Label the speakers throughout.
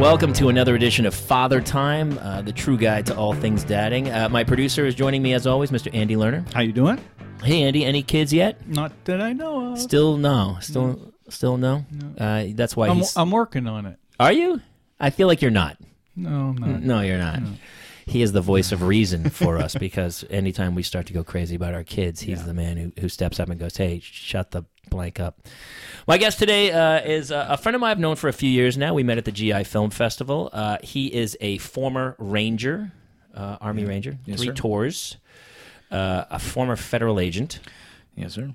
Speaker 1: Welcome to another edition of Father Time, uh, the true guide to all things dadding. Uh, my producer is joining me as always, Mr. Andy Lerner.
Speaker 2: How you doing?
Speaker 1: Hey, Andy, any kids yet?
Speaker 2: Not that I know of.
Speaker 1: Still no. Still, still no. Uh, that's why.
Speaker 2: I'm,
Speaker 1: he's...
Speaker 2: I'm working on it.
Speaker 1: Are you? I feel like you're not.
Speaker 2: No, I'm not.
Speaker 1: No, you're not. He is the voice of reason for us because anytime we start to go crazy about our kids, he's the man who, who steps up and goes, Hey, shut the blank up. My guest today uh, is uh, a friend of mine I've known for a few years now. We met at the GI Film Festival. Uh, he is a former Ranger, uh, Army Ranger,
Speaker 3: Yes,
Speaker 1: three
Speaker 3: sir.
Speaker 1: tours, uh, a former federal agent.
Speaker 3: Yes, sir.
Speaker 1: and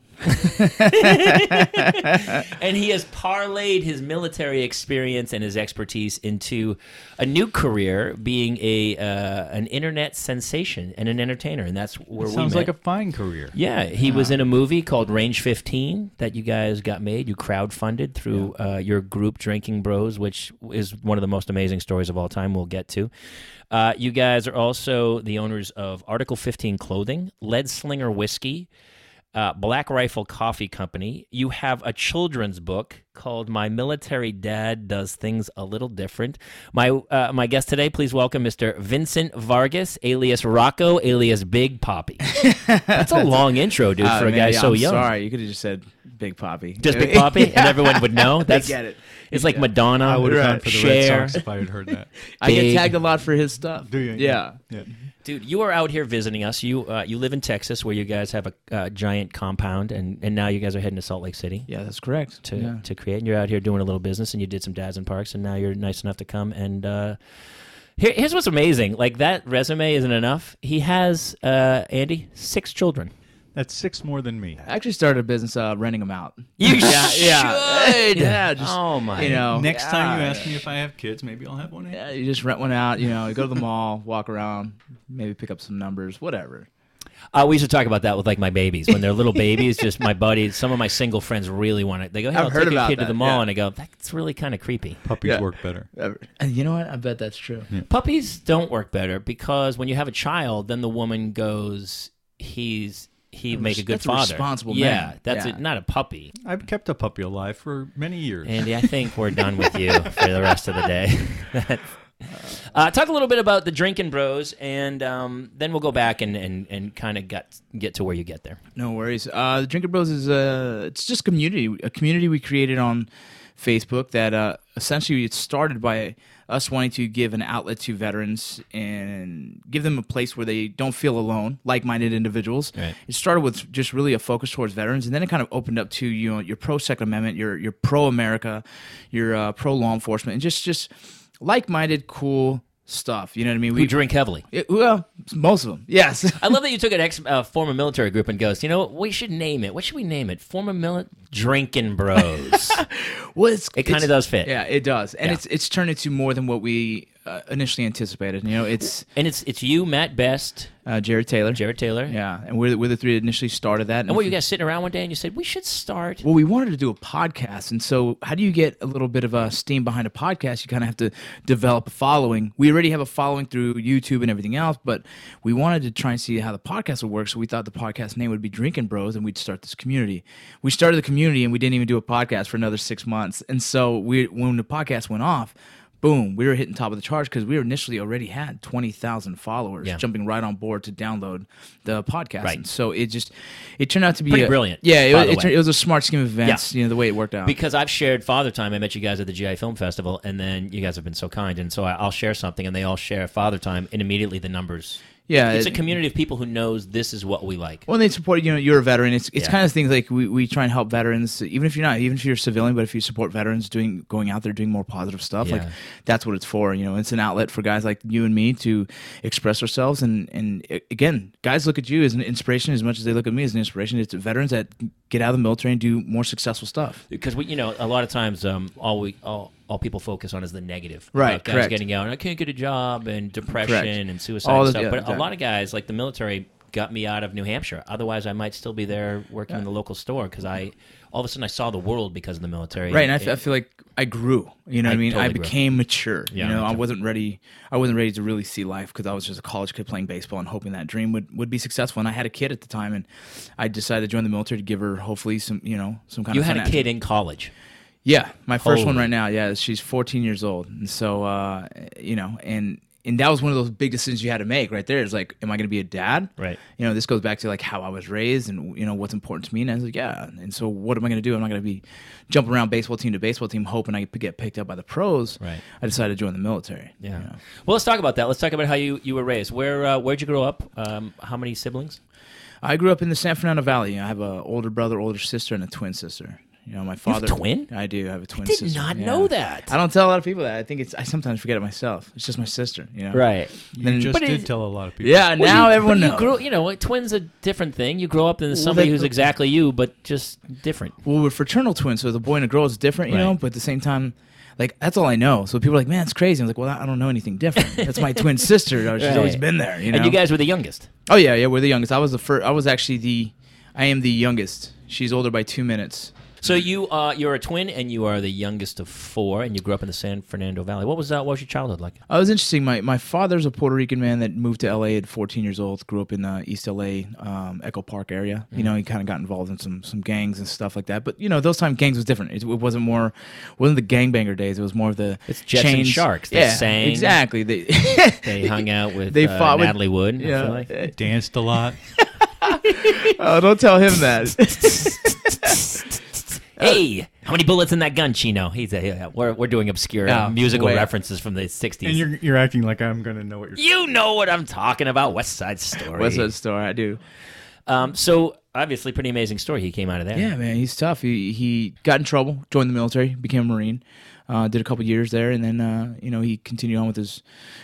Speaker 1: he has parlayed his military experience and his expertise into a new career, being a uh, an internet sensation and an entertainer, and that's where
Speaker 2: Sounds
Speaker 1: we
Speaker 2: like
Speaker 1: met.
Speaker 2: a fine career.
Speaker 1: yeah, he was in a movie called Range 15 that you guys got made. You crowdfunded through uh, your group Drinking Bros, which is one of the most amazing stories of all time. We'll get to. Uh, you guys are also the owners of Article 15 Clothing, Lead Slinger Whiskey, uh, Black Rifle Coffee Company. You have a children's book called "My Military Dad Does Things a Little Different." My uh, my guest today, please welcome Mr. Vincent Vargas, alias Rocco, alias Big Poppy. That's a long intro, dude,
Speaker 3: Uh,
Speaker 1: for a guy
Speaker 3: maybe
Speaker 1: so
Speaker 3: I'm
Speaker 1: young.
Speaker 3: Sorry, you could have just said Big Poppy.
Speaker 1: Just Big Poppy, and everyone would know.
Speaker 3: They
Speaker 1: That's
Speaker 3: get it.
Speaker 1: It's like Madonna.
Speaker 2: I would have gone
Speaker 3: Right.
Speaker 2: for the
Speaker 1: Cher.
Speaker 2: Red Sox if I had heard that.
Speaker 3: I
Speaker 1: Big-
Speaker 3: get tagged a lot for his stuff.
Speaker 2: Do you?
Speaker 3: Yeah.
Speaker 2: Yeah.
Speaker 1: Dude, you are out here visiting us. You uh, you live in Texas, where you guys have a uh, giant compound, and, and now you guys are heading to Salt Lake City.
Speaker 3: Yeah, that's correct.
Speaker 1: to,
Speaker 3: Yeah.
Speaker 1: to create. And you're out here doing a little business, and you did some dads and parks, and now you're nice enough to come and. Uh, here, here's what's amazing. Like that resume isn't enough. He has uh, Andy six children.
Speaker 2: That's six more than me.
Speaker 3: I actually started a business uh, renting them out.
Speaker 1: You
Speaker 3: yeah, yeah,
Speaker 1: should.
Speaker 3: yeah. Just,
Speaker 1: Oh, my.
Speaker 3: You know,
Speaker 2: Next
Speaker 3: yeah,
Speaker 2: time you ask me if I have kids, maybe I'll have one.
Speaker 3: yeah, you just rent one out. You know, you go to the mall, walk around, maybe pick up some numbers, whatever.
Speaker 1: Uh, we should talk about that with like my babies when they're little babies. Just my buddies, some of my single friends really want it. They go, "Hey,
Speaker 3: I've
Speaker 1: I'll
Speaker 3: heard
Speaker 1: take a
Speaker 3: about
Speaker 1: kid to
Speaker 3: that,
Speaker 1: the mall,"
Speaker 3: yeah.
Speaker 1: and I go, "That's really kind of creepy."
Speaker 2: Puppies
Speaker 3: Yeah.
Speaker 2: work better.
Speaker 3: And you know what? I bet that's true.
Speaker 1: Puppies don't work better because when you have a child, then the woman goes, "He's he'd make a good
Speaker 3: that's a
Speaker 1: father,
Speaker 3: responsible
Speaker 1: yeah,
Speaker 3: man.
Speaker 1: that's
Speaker 3: Yeah.
Speaker 1: A, not a puppy."
Speaker 2: I've kept a puppy alive for many years.
Speaker 1: Andy, I think we're done with you for the rest of the day. uh, talk a little bit about the drinking bros, and um, then we'll go back and and, and kind of get get to where you get there.
Speaker 3: No worries. Uh, the Drinker Bros is a it's just community a community we created on Facebook that uh, essentially it started by us wanting to give an outlet to veterans and give them a place where they don't feel alone, like-minded individuals.
Speaker 1: Right.
Speaker 3: It started with just really a focus towards veterans, and then it kind of opened up to you know your pro Second Amendment, your your pro America, your uh, pro law enforcement, and just just like-minded, cool stuff. You know what I mean?
Speaker 1: We drink heavily.
Speaker 3: it, well, most of them, yes.
Speaker 1: I love that you took an ex uh, former military group and goes, you know, what? we should name it. What should we name it? Former mili- drinking bros.
Speaker 3: well, it's,
Speaker 1: It kinda
Speaker 3: it's-
Speaker 1: does fit.
Speaker 3: Yeah, it does, and
Speaker 1: Yeah.
Speaker 3: it's it's turned into more than what we uh, initially anticipated. You know, it's
Speaker 1: and it's it's you, Matt Best,
Speaker 3: uh, Jared Taylor.
Speaker 1: Jared Taylor.
Speaker 3: Yeah, and we're the, we're the three that initially started that.
Speaker 1: And what you guys sitting around one day and you said we should start.
Speaker 3: Well, we wanted to do a podcast, and so how do you get a little bit of a steam behind a podcast? You kind of have to develop a following. We already have a following through YouTube and everything else, but we wanted to try and see how the podcast would work. So we thought the podcast name would be Drinking Bros, and we'd start this community. We started the community, and we didn't even do a podcast for another six months. And so we, when the podcast went off. Boom! We were hitting top of the charts because we were initially already had twenty thousand followers
Speaker 1: Yeah.
Speaker 3: jumping right on board to download the podcast.
Speaker 1: Right.
Speaker 3: And so it just it turned out to be
Speaker 1: Pretty
Speaker 3: a-
Speaker 1: brilliant,
Speaker 3: Yeah,
Speaker 1: by
Speaker 3: it,
Speaker 1: the
Speaker 3: it,
Speaker 1: way.
Speaker 3: turned- it was a smart scheme of events,
Speaker 1: Yeah.
Speaker 3: you know, the way it worked out.
Speaker 1: Because I've shared Father Time. I met you guys at the GI Film Festival, and then you guys have been so kind. And so I, I'll share something, and they all share Father Time, and immediately the numbers.
Speaker 3: yeah,
Speaker 1: It's a
Speaker 3: it-
Speaker 1: community of people who knows this is what we like.
Speaker 3: when they support, you know, you're a veteran. It's it's
Speaker 1: Yeah.
Speaker 3: kind of things like we, we try and help veterans, even if you're not, even if you're a civilian, but if you support veterans doing going out there doing more positive stuff, like
Speaker 1: Yeah.
Speaker 3: that's what it's for. You know, it's an outlet for guys like you and me to express ourselves. And and a- again, guys look at you as an inspiration as much as they look at me as an inspiration. It's veterans that get out of the military and do more successful stuff.
Speaker 1: because we, you know, a lot of times, um, all we all, all people focus on is the negative,
Speaker 3: Right,
Speaker 1: About Guys
Speaker 3: correct.
Speaker 1: getting out, and I can't get a job, and depression,
Speaker 3: Correct.
Speaker 1: and suicide
Speaker 3: All
Speaker 1: and
Speaker 3: the-
Speaker 1: stuff.
Speaker 3: yeah,
Speaker 1: but a
Speaker 3: exactly.
Speaker 1: lot of guys, like the military, got me out of New Hampshire. Otherwise, I might still be there working in the local store because I, all of a sudden, I saw the world because of the military.
Speaker 3: right and I,
Speaker 1: It-
Speaker 3: f- I feel like i grew you know
Speaker 1: I
Speaker 3: what i mean i
Speaker 1: totally grew.
Speaker 3: became mature
Speaker 1: Yeah,
Speaker 3: you know
Speaker 1: me
Speaker 3: i
Speaker 1: too.
Speaker 3: wasn't ready i wasn't ready to really see life because i was just a college kid playing baseball and hoping that dream would, would be successful and i had a kid at the time and i decided to join the military to give her hopefully some you know some kind
Speaker 1: you
Speaker 3: of
Speaker 1: had a
Speaker 3: financial-
Speaker 1: kid in college.
Speaker 3: Yeah, my first one
Speaker 1: Holy.
Speaker 3: right now. Yeah, she's 14 years old, and so uh, you know, and and that was one of those big decisions you had to make right there. It's like, am I going to be a dad?
Speaker 1: Right.
Speaker 3: You know, this goes back to like how I was raised and you know what's important to me. And I was like, yeah. And so, what am I going to do? I'm not going to be jumping around baseball team to baseball team hoping I could get picked up by the pros.
Speaker 1: Right.
Speaker 3: I decided to join the military.
Speaker 1: Yeah.
Speaker 3: you know.
Speaker 1: Well, let's talk about that. Let's talk about how you, you were raised. Where uh, where'd you grow up? Um, how many siblings?
Speaker 3: I grew up in the San Fernando Valley. I have an older brother, older sister, and a twin sister. You know, my
Speaker 1: have
Speaker 3: father.
Speaker 1: a twin?
Speaker 3: I do. I have a twin.
Speaker 1: did
Speaker 3: sister,
Speaker 1: not
Speaker 3: yeah.
Speaker 1: know that.
Speaker 3: I don't tell a lot of people that. I think it's. I sometimes forget it myself. It's just my sister. You know.
Speaker 1: Right.
Speaker 2: You just
Speaker 3: But
Speaker 2: did
Speaker 1: it-
Speaker 2: tell a lot of people.
Speaker 3: Yeah. now everyone
Speaker 1: you
Speaker 3: knows.
Speaker 1: Grew, you know, like, twins a different thing. You grow up into somebody
Speaker 3: they-
Speaker 1: who's exactly you, but just different.
Speaker 3: well, we're fraternal twins, so the boy and a girl is different, you know.
Speaker 1: Right.
Speaker 3: But at the same time, like that's all I know. So people are like, "Man, it's crazy." I'm like, "Well, I don't know anything different. That's my twin sister. She's
Speaker 1: Right.
Speaker 3: always been there." You know.
Speaker 1: And you guys were the youngest.
Speaker 3: Oh yeah, yeah. We're the youngest. I was the first. I was actually the. I am the youngest. She's older by two minutes.
Speaker 1: So you uh, you're a twin, and you are the youngest of four, and you grew up in the San Fernando Valley. What was that? What was your childhood like?
Speaker 3: Oh, it was interesting. My my father's a Puerto Rican man that moved to LA at 14 years old. Grew up in uh, East LA, um, Echo Park area.
Speaker 1: Mm-hmm.
Speaker 3: You know, he kind of got involved in some some gangs and stuff like that. But you know, those time gangs was different. It, it wasn't more wasn't the gangbanger days. It was more of the
Speaker 1: It's Jets and Sharks. They
Speaker 3: yeah,
Speaker 1: sang.
Speaker 3: exactly. They
Speaker 1: They hung out with
Speaker 3: They
Speaker 1: uh,
Speaker 3: fought with-
Speaker 1: Natalie Wood. I feel
Speaker 3: yeah.
Speaker 1: like.
Speaker 2: Danced a lot.
Speaker 3: oh, don't tell him that.
Speaker 1: Hey, how many bullets in that gun, Chino? He's a, yeah, we're we're doing obscure uh,
Speaker 3: Oh,
Speaker 1: musical
Speaker 3: way up.
Speaker 1: references from the '60s.
Speaker 2: and you're you're acting like I'm gonna know what you're.
Speaker 1: You know what I'm talking about, West Side Story.
Speaker 3: What's that story? I do.
Speaker 1: Um, so obviously, pretty amazing story. He came out of there.
Speaker 3: Yeah, man, he's tough. He he got in trouble, joined the military, became a marine, uh, did a couple years there, and then uh, you know he continued on with his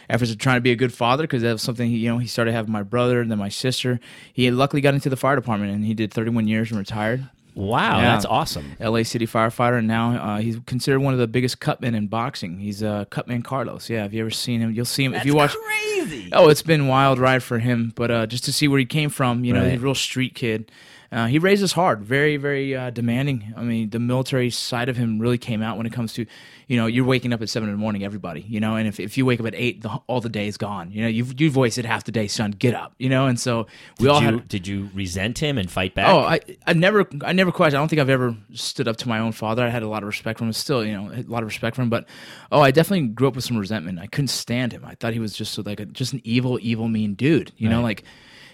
Speaker 3: efforts of trying to be a good father because that was something he, you know he started having my brother and then my sister. He had luckily got into the fire department and he did 31 years and retired.
Speaker 1: Wow,
Speaker 3: Yeah.
Speaker 1: that's awesome.
Speaker 3: L.A. City firefighter, and now uh, he's considered one of the biggest cutmen in boxing. He's uh, Cutman Carlos. Yeah, have you ever seen him? You'll see him if you watch.
Speaker 1: crazy.
Speaker 3: Oh, it's been wild ride for him, but uh, just to see where he came from, you know,
Speaker 1: Right.
Speaker 3: he's a real street kid. Uh, he raises hard, very, very uh, demanding. I mean, the military side of him really came out when it comes to, you know, you're waking up at seven in the morning, everybody, you know, and if, if you wake up at eight, the, all the day is gone. You know, you've you voiced it half the day, son, get up, you know, and so we all
Speaker 1: Did you,
Speaker 3: had.
Speaker 1: did you resent him and fight back?
Speaker 3: Oh, I, I never, I never questioned. I don't think I've ever stood up to my own father. I had a lot of respect for him. Still, you know, a lot of respect for him. But oh, I definitely grew up with some resentment. I couldn't stand him. I thought he was just so like a, just an evil, evil, mean dude. You know, like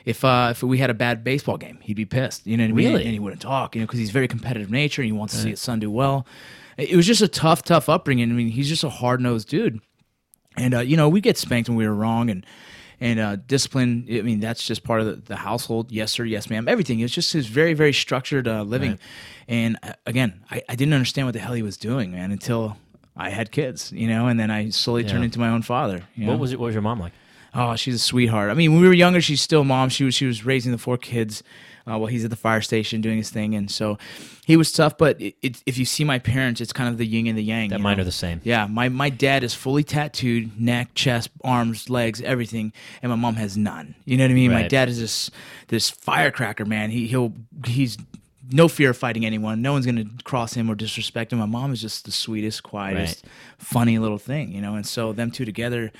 Speaker 3: if uh, if we had a bad baseball game, he'd be pissed. You know what I mean?
Speaker 1: Really?
Speaker 3: And he wouldn't talk. You know, because he's very competitive nature and he wants to see his son do well. It was just a tough, tough upbringing. I mean, he's just a hard nosed dude and uh, you know we get spanked when we were wrong and and uh, discipline i mean that's just part of the, the household yes sir yes ma'am everything it's just his very very structured uh, living and uh, again I, I didn't understand what the hell he was doing man until i had kids you know and then i slowly turned into my own father you know?
Speaker 1: what was it? What was your mom like?
Speaker 3: Oh, she's a sweetheart. I mean, when we were younger, she's still mom. She was she was raising the four kids uh, while he's at the fire station doing his thing, and so he was tough. But it, it, if you see my parents, it's kind of the yin and the yang. That
Speaker 1: mine are the same.
Speaker 3: Yeah, my my dad is fully tattooed, neck, chest, arms, legs, everything, and my mom has none. You know what I mean? My
Speaker 1: Right.
Speaker 3: dad is this this firecracker man. He he'll he's. No fear of fighting anyone. No one's going to cross him or disrespect him. My mom is just the sweetest, quietest, funny little thing, you know. And so them two together,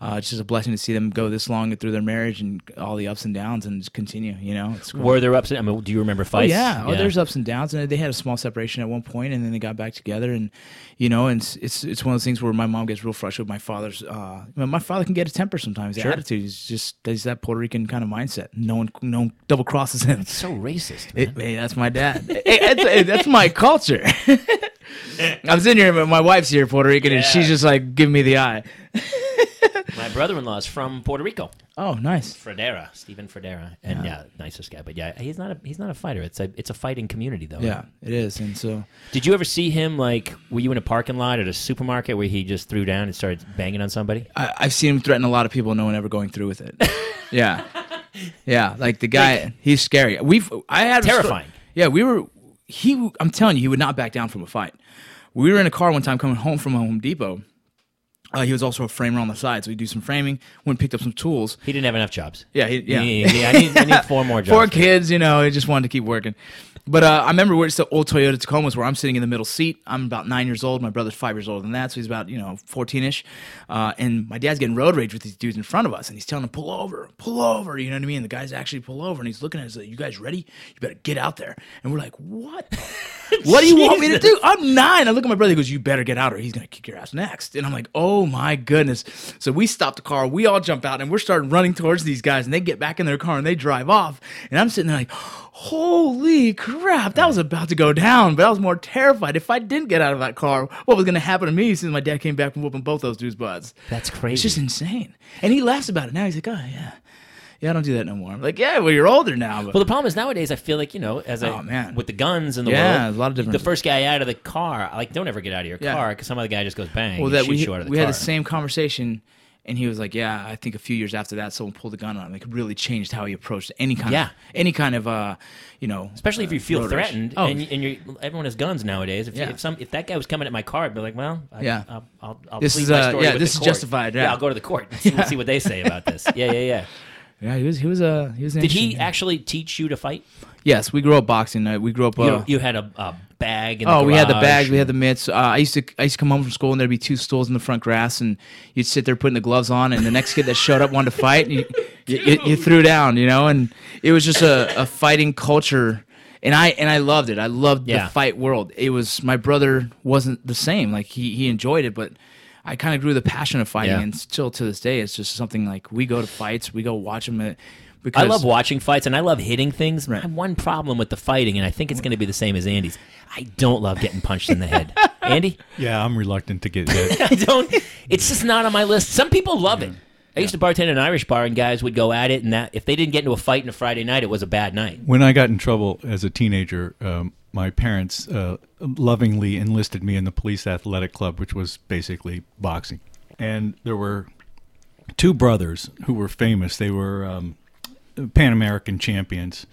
Speaker 3: uh, it's just a blessing to see them go this long through their marriage and all the ups and downs and just continue. You know, it's cool.
Speaker 1: Were there ups? and- I mean, do you remember
Speaker 3: Oh,
Speaker 1: fights?
Speaker 3: yeah. Oh, there's ups and downs, and they had a small separation at one point, and then they got back together, and you know, and it's it's, it's one of those things where my mom gets real frustrated. with My father's, uh, my- my father can get a temper sometimes. The attitude is just there's that Puerto Rican kind of mindset. No one, no one double crosses him.
Speaker 1: so racist.
Speaker 3: It- hey, that's my dad. Hey, that's, hey, that's my culture. I'm sitting here, but my wife's here, Puerto Rican, and she's just like giving me the eye.
Speaker 1: My brother-in-law is from Puerto Rico.
Speaker 3: Oh, nice.
Speaker 1: Fredera, Stephen Fredera, and yeah. nicest guy. But yeah, he's not a he's not a fighter. It's a it's a fighting community though.
Speaker 3: Yeah, it is. And so,
Speaker 1: Did you ever see him like? Were you in a parking lot at a supermarket where he just threw down and started banging on somebody?
Speaker 3: I, I've seen him threaten a lot of people, no one ever going through with it. yeah, yeah. Like the guy, he's scary. We've I had a sto-
Speaker 1: Terrifying.
Speaker 3: yeah, we were. He, I'm telling you, he would not back down from a fight. We were in a car one time coming home from Home Depot. Uh, he was also a framer on the side, so we do some framing. Went and picked up some tools.
Speaker 1: He didn't have enough jobs.
Speaker 3: Yeah, he, yeah.
Speaker 1: yeah, I, need, I need four more jobs.
Speaker 3: Four kids, you know, he just wanted to keep working. But uh, I remember where it's the old Toyota Tacomas where I'm sitting in the middle seat. I'm about nine years old. My brother's five years older than that, so he's about you know fourteen ish. Uh, and my dad's getting road rage with these dudes in front of us, and he's telling them pull over, pull over. You know what I mean? And the guys actually pull over, and he's looking at us like, "You guys ready? You better get out there." And we're like, "What?" the What do you want me to do? I'm nine. I look at my brother. He goes, "You better get out, or he's gonna kick your ass next." And I'm like, "Oh my goodness!" So we stop the car. We all jump out, and we're starting running towards these guys. And they get back in their car and they drive off. And I'm sitting there like, "Holy crap! That was about to go down." But I was more terrified. If I didn't get out of that car, what was gonna happen to me? Since my dad came back from whooping both those dudes' butts.
Speaker 1: That's
Speaker 3: It's
Speaker 1: crazy.
Speaker 3: just insane. And he laughs about it now. He's like, "Oh yeah, yeah, I don't do that no more." I'm like, "Yeah, well, you're older now." But
Speaker 1: Well, the problem is nowadays I feel like you know, as a
Speaker 3: Oh, man.
Speaker 1: with the guns and the
Speaker 3: Yeah,
Speaker 1: world,
Speaker 3: a lot of different-
Speaker 1: The first guy out of the car, like don't ever get out of your
Speaker 3: Yeah.
Speaker 1: car because some other guy just goes bang.
Speaker 3: well
Speaker 1: and
Speaker 3: that
Speaker 1: shoots
Speaker 3: we,
Speaker 1: you out of the
Speaker 3: we
Speaker 1: car.
Speaker 3: had the same conversation and he was like yeah i think a few years after that someone pulled a gun on him it really changed how he approached any kind
Speaker 1: Yeah.
Speaker 3: of any kind of uh you know
Speaker 1: Especially if you feel
Speaker 3: road rage.
Speaker 1: threatened,
Speaker 3: oh
Speaker 1: and, you- and you're, everyone has guns nowadays. If, you-
Speaker 3: Yeah.
Speaker 1: if some if that guy was coming at my car, I'd be like, well, I,
Speaker 3: Yeah.
Speaker 1: I'll, I'll, I'll
Speaker 3: This
Speaker 1: plead
Speaker 3: is,
Speaker 1: my
Speaker 3: uh,
Speaker 1: story
Speaker 3: yeah,
Speaker 1: with the
Speaker 3: this is
Speaker 1: court.
Speaker 3: justified, yeah.
Speaker 1: I'll go to the court. And see, see what they say about this. Yeah, yeah, yeah.
Speaker 3: yeah he was he was uh he was an
Speaker 1: Did
Speaker 3: interesting
Speaker 1: he
Speaker 3: guy.
Speaker 1: actually teach you to fight?
Speaker 3: yes we grew up boxing uh, we grew up uh,
Speaker 1: you, you had a, a bag. In the
Speaker 3: Oh, we had the
Speaker 1: garage.
Speaker 3: bags, we had the mitts. Uh, I used to I used to come home from school and there'd be two stools in the front grass, and you'd sit there putting the gloves on, and the next kid that showed up wanted to fight, and you, you, you, you threw down, you know, and it was just a, a fighting culture. And I and I loved it. I loved
Speaker 1: Yeah.
Speaker 3: the fight world. It was my brother wasn't the same. Like he he enjoyed it, but I kind of grew the passion of fighting,
Speaker 1: Yeah.
Speaker 3: and still to this day, it's just something like we go to fights, we go watch them. At, because
Speaker 1: I love watching fights and I love hitting things.
Speaker 3: Right.
Speaker 1: I have one problem with the fighting, and I think it's going to be the same as Andy's. I don't love getting punched in the head. Andy,
Speaker 2: Yeah, I'm reluctant to get hit.
Speaker 1: I don't. It's just not on my list. Some people love it. I used to bartend at an Irish bar, and guys would go at it, and that if they didn't get into a fight on a Friday night, it was a bad night.
Speaker 2: when I got in trouble as a teenager, um, my parents uh, lovingly enlisted me in the police athletic club, which was basically boxing. And there were two brothers who were famous. They were um, Pan American champions,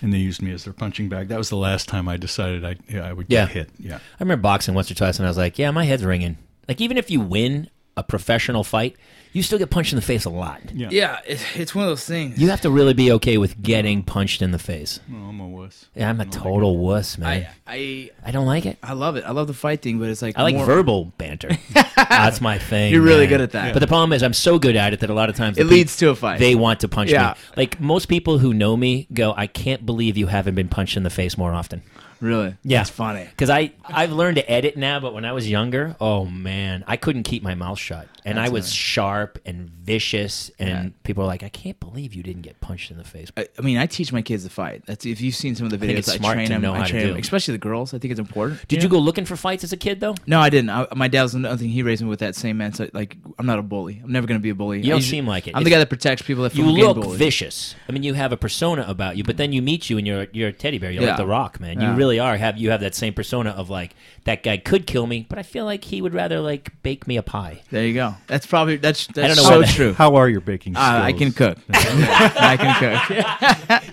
Speaker 2: and they used me as their punching bag. That was the last time I decided I yeah, I would get
Speaker 1: Yeah.
Speaker 2: hit. Yeah.
Speaker 1: I remember boxing once or twice, and I was like, "Yeah, my head's ringing." Like even if you win a professional fight, you still get punched in the face a lot.
Speaker 3: Yeah, it, it's one of those things.
Speaker 1: You have to really be okay with getting punched in the face.
Speaker 2: Oh, I'm a wuss.
Speaker 1: Yeah, I'm a total wuss, man.
Speaker 3: I I
Speaker 1: I don't like it.
Speaker 3: I love it. I love the fight thing, but it's like
Speaker 1: I like
Speaker 3: more-
Speaker 1: verbal banter. That's my thing.
Speaker 3: You're really
Speaker 1: man.
Speaker 3: good at that.
Speaker 1: But the problem is, I'm so good at it that a lot of times the
Speaker 3: It leads
Speaker 1: peop-
Speaker 3: to a fight.
Speaker 1: They want to punch
Speaker 3: Yeah.
Speaker 1: me. Like most people who know me go, I can't believe you haven't been punched in the face more often.
Speaker 3: really.
Speaker 1: Yeah.
Speaker 3: it's funny.
Speaker 1: Because I I've learned to edit now, but when I was younger, oh man, I couldn't keep my mouth shut, and I was sharp and vicious, and people were like, I can't believe you didn't get punched in the face.
Speaker 3: I, I mean, I teach my kids to fight. That's if you've seen some of the videos.
Speaker 1: think
Speaker 3: I,
Speaker 1: it's smart
Speaker 3: train
Speaker 1: to
Speaker 3: them.
Speaker 1: know
Speaker 3: I
Speaker 1: how to
Speaker 3: train
Speaker 1: do.
Speaker 3: them, especially the girls. I think it's important.
Speaker 1: Did you go looking for fights as a kid though?
Speaker 3: No, I didn't. I, my dad was another thing. He raised me with that same mindset. Like, I'm not a bully. I'm never going to be a bully.
Speaker 1: You
Speaker 3: I
Speaker 1: don't
Speaker 3: usually-
Speaker 1: seem like it.
Speaker 3: I'm the
Speaker 1: It's-
Speaker 3: guy that protects people that
Speaker 1: You
Speaker 3: from being
Speaker 1: look
Speaker 3: bullied.
Speaker 1: vicious. I mean, you have a persona about you, but then you meet you and you're you're a teddy bear. You're
Speaker 3: Yeah.
Speaker 1: like the Rock, man.
Speaker 3: Yeah.
Speaker 1: You really are. Have you have that same persona of like that guy could kill me, but I feel like he would rather like bake me a pie.
Speaker 3: There you go. That's probably that's that's
Speaker 1: don't know
Speaker 3: so
Speaker 1: why that-
Speaker 3: true.
Speaker 2: How are your baking skills?
Speaker 3: Uh, I can cook. I can cook.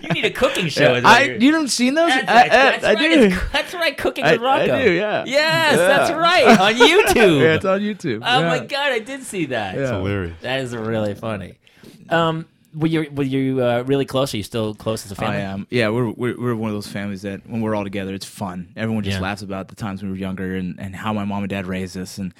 Speaker 1: You need a cooking show. is what
Speaker 3: I
Speaker 1: you're-
Speaker 3: you don't seen those?
Speaker 1: That's,
Speaker 3: I,
Speaker 1: right.
Speaker 3: I-
Speaker 1: That's
Speaker 3: I
Speaker 1: right.
Speaker 3: do.
Speaker 1: It's- that's right. Cooking
Speaker 3: I-
Speaker 1: with Rocco.
Speaker 3: I do, yeah.
Speaker 1: Yes,
Speaker 3: Yeah.
Speaker 1: that's right. On YouTube.
Speaker 3: Yeah, it's on YouTube.
Speaker 1: oh
Speaker 3: yeah.
Speaker 1: my god, I did see that.
Speaker 3: Yeah.
Speaker 2: Hilarious.
Speaker 1: That is really funny. Um, were you were you uh, really close? Are you still close as a
Speaker 3: I
Speaker 1: family?
Speaker 3: am. Oh, Yeah, we're, we're we're one of those families that when we're all together, it's fun. Everyone just
Speaker 1: Yeah.
Speaker 3: laughs about the times we were younger and, and how my mom and dad raised us, and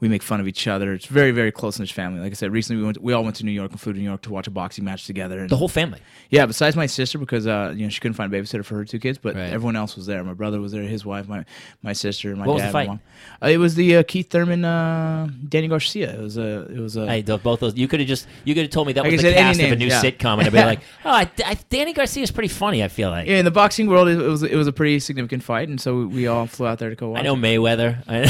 Speaker 3: we make fun of each other. It's very very close in this family. Like I said, recently we went we all went to New York and flew to New York to watch a boxing match together. And
Speaker 1: The whole family.
Speaker 3: yeah, besides my sister because uh you know she couldn't find a babysitter for her two kids, but
Speaker 1: Right.
Speaker 3: everyone else was there. My brother was there, his wife, my my sister, my
Speaker 1: What was
Speaker 3: dad,
Speaker 1: the
Speaker 3: my
Speaker 1: fight?
Speaker 3: mom. Uh, it was the uh, Keith Thurman, uh, Danny Garcia. It was a it was a
Speaker 1: I, the, both those. You could have just. You could have told me that
Speaker 3: I
Speaker 1: was
Speaker 3: could've
Speaker 1: the
Speaker 3: said any
Speaker 1: cast of a
Speaker 3: names,
Speaker 1: new
Speaker 3: yeah.
Speaker 1: sitcom, and I'd be like, oh, I, I, Danny Garcia's pretty funny. I feel like.
Speaker 3: yeah, in the boxing world, it was it was a pretty significant fight, and so we all flew out there to go watch.
Speaker 1: I know
Speaker 3: it.
Speaker 1: Mayweather. I-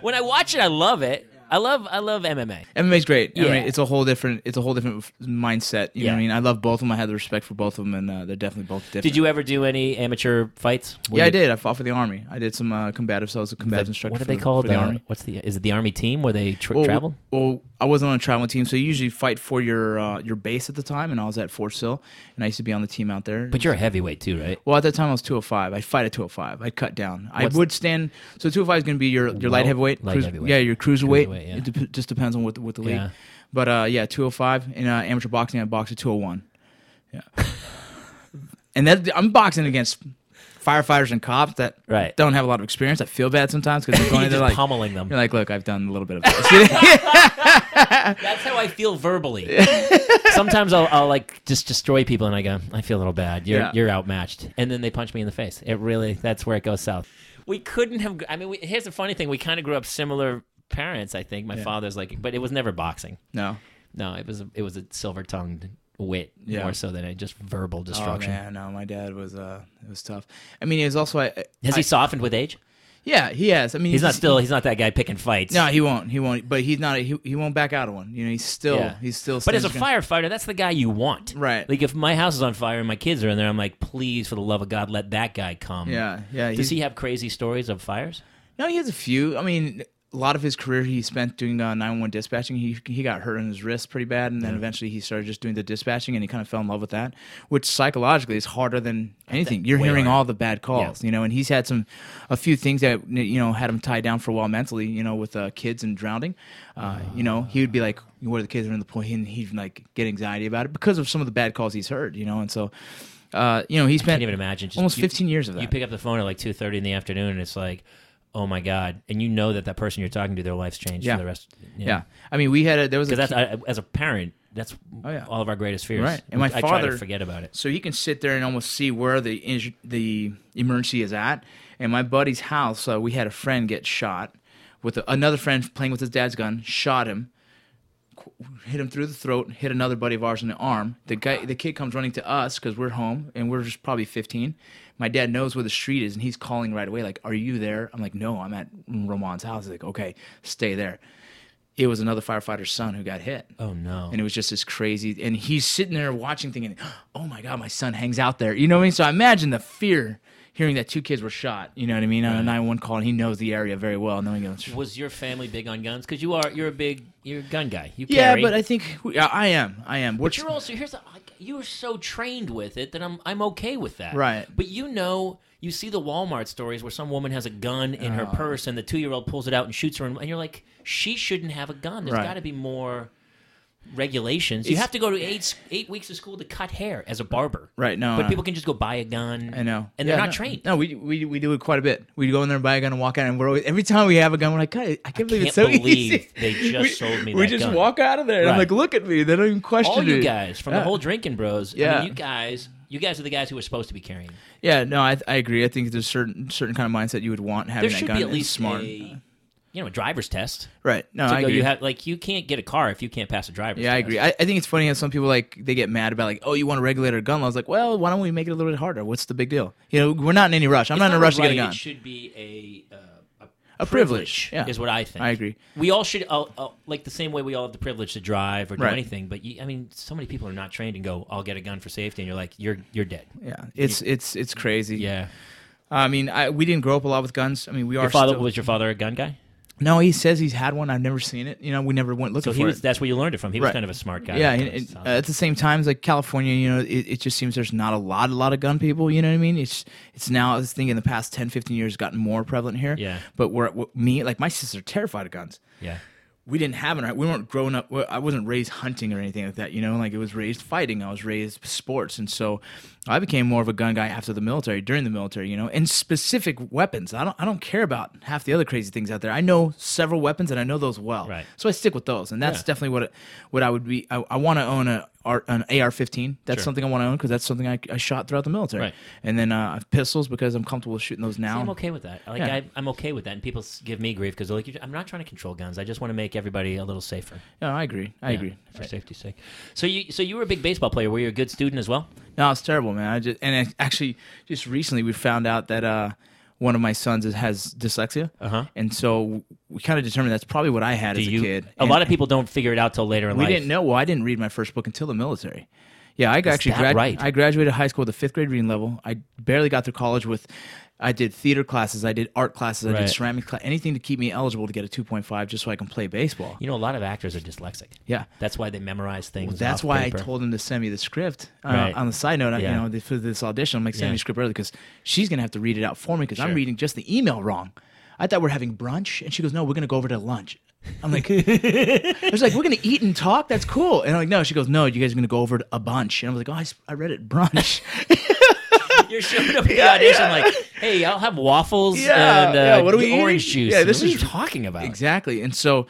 Speaker 1: when I watch it, I love it. I love. I love MMA.
Speaker 3: MMA's great. I
Speaker 1: Yeah.
Speaker 3: mean, it's a whole different it's a whole different f- mindset. You know what
Speaker 1: Yeah.
Speaker 3: I mean? I love both of them. I have the respect for both of them, and uh, they're definitely both different.
Speaker 1: Did you ever do any amateur fights? Were
Speaker 3: Yeah, I
Speaker 1: you-
Speaker 3: did. I fought for the army. I did some uh, combative. So I was a combative instructor.
Speaker 1: What are
Speaker 3: for
Speaker 1: they
Speaker 3: the-
Speaker 1: called?
Speaker 3: For the
Speaker 1: Uh,
Speaker 3: army.
Speaker 1: What's the? Is it the army team where they tr-
Speaker 3: Well,
Speaker 1: travel?
Speaker 3: Well, I wasn't on a traveling team, so you usually fight for your uh, your base at the time, and I was at Fort Sill, and I used to be on the team out there.
Speaker 1: But you're a heavyweight too, right?
Speaker 3: well, at that time I was 205. I'd fight at 205. I'd cut down. I
Speaker 1: What's-
Speaker 3: would stand. So 205 is going to be your, your
Speaker 1: Well,
Speaker 3: light heavyweight.
Speaker 1: light
Speaker 3: cruis-
Speaker 1: heavyweight.
Speaker 3: Yeah, your cruiserweight.
Speaker 1: Cruiserweight, yeah.
Speaker 3: It dep- just depends on what the, what the league.
Speaker 1: Yeah.
Speaker 3: But uh, yeah, 205. In uh, amateur boxing, I boxed at 201. Yeah. and that I'm boxing against firefighters and cops that
Speaker 1: Right.
Speaker 3: don't have a lot of experience. I feel bad sometimes because they're
Speaker 1: You're
Speaker 3: going
Speaker 1: just
Speaker 3: there like,
Speaker 1: pummeling them.
Speaker 3: you're like, look, I've done a little bit of this.
Speaker 1: That's how I feel verbally. Sometimes I'll, I'll like just destroy people, and I go, I feel a little bad. You're
Speaker 3: Yeah.
Speaker 1: you're outmatched, and then they punch me in the face. It really that's where it goes south. We couldn't have. I mean, we, here's the funny thing: we kind of grew up similar parents. I think my father's like, but it was never boxing.
Speaker 3: No.
Speaker 1: No, it was it was a silver tongued wit
Speaker 3: Yeah.
Speaker 1: more so than a just verbal
Speaker 3: Oh
Speaker 1: destruction.
Speaker 3: man, no, my dad was uh, it was tough. I mean, he was also I,
Speaker 1: Has
Speaker 3: I-
Speaker 1: he softened with age?
Speaker 3: Yeah, he has. I mean,
Speaker 1: He's not still. He's not that guy picking fights.
Speaker 3: No, he won't. He won't. But he's not. A, he, he won't back out of one. You know, he's still.
Speaker 1: Yeah.
Speaker 3: He's still.
Speaker 1: But as a
Speaker 3: standing-
Speaker 1: firefighter, that's the guy you want.
Speaker 3: Right.
Speaker 1: Like if my house is on fire and my kids are in there, I'm like, please, for the love of God, let that guy come.
Speaker 3: Yeah, yeah.
Speaker 1: Does
Speaker 3: he's-
Speaker 1: he have crazy stories of fires?
Speaker 3: No, he has a few. I mean, a lot of his career he spent doing uh, 911 dispatching. He he got hurt in his wrist pretty bad, and then eventually he started just doing the dispatching, and he kind of fell in love with that, which psychologically is harder than anything. You're
Speaker 1: way
Speaker 3: hearing
Speaker 1: harder.
Speaker 3: all the bad calls, you know. And he's had some, a few things that you know had him tied down for a while mentally, you know, with uh, kids and drowning. Uh, you know, he would be like, where the kids are in the pool, and he'd like get anxiety about it because of some of the bad calls he's heard, you know, and so. Uh, you know, he spent
Speaker 1: Can't even imagine. Just
Speaker 3: almost
Speaker 1: you-
Speaker 3: 15 years of that.
Speaker 1: You pick up the phone at like two thirty in the afternoon, and it's like, oh my God, and you know that that person you're talking to, their life's changed
Speaker 3: Yeah.
Speaker 1: for the rest.
Speaker 3: yeah. I mean, we had a, there was a
Speaker 1: Because that's I, as a parent, that's
Speaker 3: Oh, yeah.
Speaker 1: all of our greatest fears.
Speaker 3: Right. And my
Speaker 1: I try
Speaker 3: father-
Speaker 1: to forget about it.
Speaker 3: so he can sit there and almost see where the inj- the emergency is at. And my buddy's house, uh, we had a friend get shot with a, another friend playing with his dad's gun, shot him, qu- hit him through the throat, hit another buddy of ours in the arm. The guy, the kid comes running to us because we're home and we're just probably 15. My dad knows where the street is and he's calling right away, like, "Are you there?" I'm like, "No, I'm at Roman's house." He's like, "Okay, stay there." It was another firefighter's son who got hit
Speaker 1: Oh no.
Speaker 3: and it was just this crazy. And he's sitting there watching, thinking, "Oh my god, my son hangs out there." You know what I mean? So I imagine the fear hearing that two kids were shot. You know what I mean? On a nine one call, and he knows the area very well, knowing it's.
Speaker 1: was your family big on guns? Because you are, you're a big, you're a gun guy. You
Speaker 3: Yeah,
Speaker 1: carry.
Speaker 3: but I think we, I- I am. I am. We're-
Speaker 1: But you're also here's the, like, you are so trained with it that I'm I'm okay with that.
Speaker 3: Right.
Speaker 1: But you know, you see the Walmart stories where some woman has a gun in
Speaker 3: Oh.
Speaker 1: her purse and the two year old pulls it out and shoots her, and, and you're like, she shouldn't have a gun. There's
Speaker 3: Right.
Speaker 1: got to be more regulations. you
Speaker 3: It's-
Speaker 1: have to go to eight s- eight weeks of school to cut hair as a barber.
Speaker 3: Right, no,
Speaker 1: But
Speaker 3: no.
Speaker 1: people can just go buy a gun.
Speaker 3: I know,
Speaker 1: And they're
Speaker 3: Yeah,
Speaker 1: not
Speaker 3: no,
Speaker 1: trained.
Speaker 3: No, we, we we do it quite a bit. We go in there and buy a gun and walk out, and we're always every time we have a gun, we're like, God, I can't, believe it's so
Speaker 1: can't believe
Speaker 3: easy.
Speaker 1: they just
Speaker 3: we,
Speaker 1: sold me
Speaker 3: We
Speaker 1: that
Speaker 3: just
Speaker 1: gun.
Speaker 3: walk out of there, and I'm
Speaker 1: Right.
Speaker 3: like, look at me. They don't even question
Speaker 1: All you
Speaker 3: it.
Speaker 1: guys from the
Speaker 3: Yeah.
Speaker 1: whole drinking bros. I
Speaker 3: Yeah.
Speaker 1: mean, you guys. You guys are the guys who are supposed to be carrying.
Speaker 3: Yeah, no, I, I agree. I think there's certain certain kind of mindset you would want having
Speaker 1: There
Speaker 3: that
Speaker 1: should
Speaker 3: gun.
Speaker 1: be at
Speaker 3: It's
Speaker 1: least
Speaker 3: smart.
Speaker 1: a, you know, a driver's test.
Speaker 3: Right. No,
Speaker 1: to
Speaker 3: I
Speaker 1: go,
Speaker 3: agree.
Speaker 1: you have like you can't get a car if you can't pass a driver's
Speaker 3: yeah, I
Speaker 1: test.
Speaker 3: agree. I, I think it's funny how some people like they get mad about like, oh, you want to regulate our gun laws? Like, well, why don't we make it a little bit harder? What's the big deal? You know, we're not in any rush. I'm
Speaker 1: It's
Speaker 3: not in a rush to get a
Speaker 1: right,
Speaker 3: gun.
Speaker 1: It should be a uh,
Speaker 3: A privilege, yeah.
Speaker 1: is what I think.
Speaker 3: I agree.
Speaker 1: We all should uh, uh, like the same way we all have the privilege to drive or do
Speaker 3: Right.
Speaker 1: anything. But you, I mean, so many people are not trained and go, "I'll get a gun for safety," and you're like, "You're you're dead."
Speaker 3: yeah, it's it's it's crazy. Uh,
Speaker 1: Yeah.
Speaker 3: I mean, I, we didn't grow up a lot with guns. I mean, we are
Speaker 1: Your father
Speaker 3: still-
Speaker 1: was your father a gun guy,
Speaker 3: no, he says he's had one. I've never seen it. You know, we never went
Speaker 1: so
Speaker 3: looking
Speaker 1: he
Speaker 3: for
Speaker 1: was.
Speaker 3: it.
Speaker 1: That's where you learned it from. He was
Speaker 3: Right.
Speaker 1: kind of a smart guy.
Speaker 3: yeah,
Speaker 1: That
Speaker 3: and,
Speaker 1: kind
Speaker 3: and,
Speaker 1: of
Speaker 3: uh,
Speaker 1: stuff.
Speaker 3: at the same time, it's like California, you know, it, it just seems there's not a lot, a lot of gun people. You know what I mean? It's it's now this thing in the past 10, 15 years gotten more prevalent here.
Speaker 1: Yeah.
Speaker 3: but we're, we me like my sister terrified of guns.
Speaker 1: yeah.
Speaker 3: we didn't have an we weren't growing up well, i wasn't raised hunting or anything like that you know like it was raised fighting i was raised sports and so i became more of a gun guy after the military during the military you know and specific weapons i don't i don't care about half the other crazy things out there i know several weapons and i know those well
Speaker 1: Right.
Speaker 3: so i stick with those and that's
Speaker 1: Yeah.
Speaker 3: definitely what it, what i would be i, I want to own a R- an AR-15. That's something I want to own because that's something I, I shot throughout the military.
Speaker 1: Right.
Speaker 3: And then uh, I have pistols because I'm comfortable with shooting those now.
Speaker 1: I'm okay with that. Like
Speaker 3: Yeah.
Speaker 1: I, I'm okay with that, and people s- give me grief because they're like, "You- "I'm not trying to control guns. I just want to make everybody a little safer."
Speaker 3: No, I agree. I
Speaker 1: Yeah,
Speaker 3: agree.
Speaker 1: For safety's sake. So you so you were a big baseball player. Were you a good student as well?
Speaker 3: No, it's terrible, man. I just and I, actually just recently we found out that uh, one of my sons is, has dyslexia,
Speaker 1: Uh-huh.
Speaker 3: and so we kind of determined that's probably what I had as
Speaker 1: you,
Speaker 3: a kid.
Speaker 1: A
Speaker 3: And
Speaker 1: lot of people don't figure it out till later in
Speaker 3: we
Speaker 1: life.
Speaker 3: didn't know. Well, I didn't read my first book until the military. Yeah, I actually
Speaker 1: that
Speaker 3: grad-
Speaker 1: right?
Speaker 3: I graduated high school with a fifth grade reading level. I barely got through college with. I did theater classes. I did art classes. I
Speaker 1: Right.
Speaker 3: did ceramic class. Anything to keep me eligible to get a two point five, just so I can play baseball.
Speaker 1: You know, a lot of actors are dyslexic.
Speaker 3: Yeah.
Speaker 1: That's why they memorize things.
Speaker 3: That's
Speaker 1: off
Speaker 3: why
Speaker 1: paper.
Speaker 3: I told him to send me the script. Uh,
Speaker 1: Right.
Speaker 3: On the side note, I
Speaker 1: Yeah.
Speaker 3: you know, th- for this audition, I'm like, send
Speaker 1: Yeah.
Speaker 3: me the script early because she's gonna have to read it out for me because
Speaker 1: Sure.
Speaker 3: I'm reading just the email wrong. I thought we're having brunch, and she goes, "No, we're gonna go over to lunch." I'm like, I was like, "We're gonna eat and talk. That's cool." And I'm like, "No," she goes, "No, you guys are gonna go over to a bunch." And I was like, "Oh, I, s- I read it brunch."
Speaker 1: You're showing up at the
Speaker 3: Yeah,
Speaker 1: audition
Speaker 3: yeah.
Speaker 1: like, hey, I'll have waffles
Speaker 3: Yeah,
Speaker 1: and uh,
Speaker 3: yeah, what are we
Speaker 1: orange
Speaker 3: eating?
Speaker 1: juice.
Speaker 3: Yeah, this
Speaker 1: what are
Speaker 3: is-
Speaker 1: you talking about?
Speaker 3: exactly. And so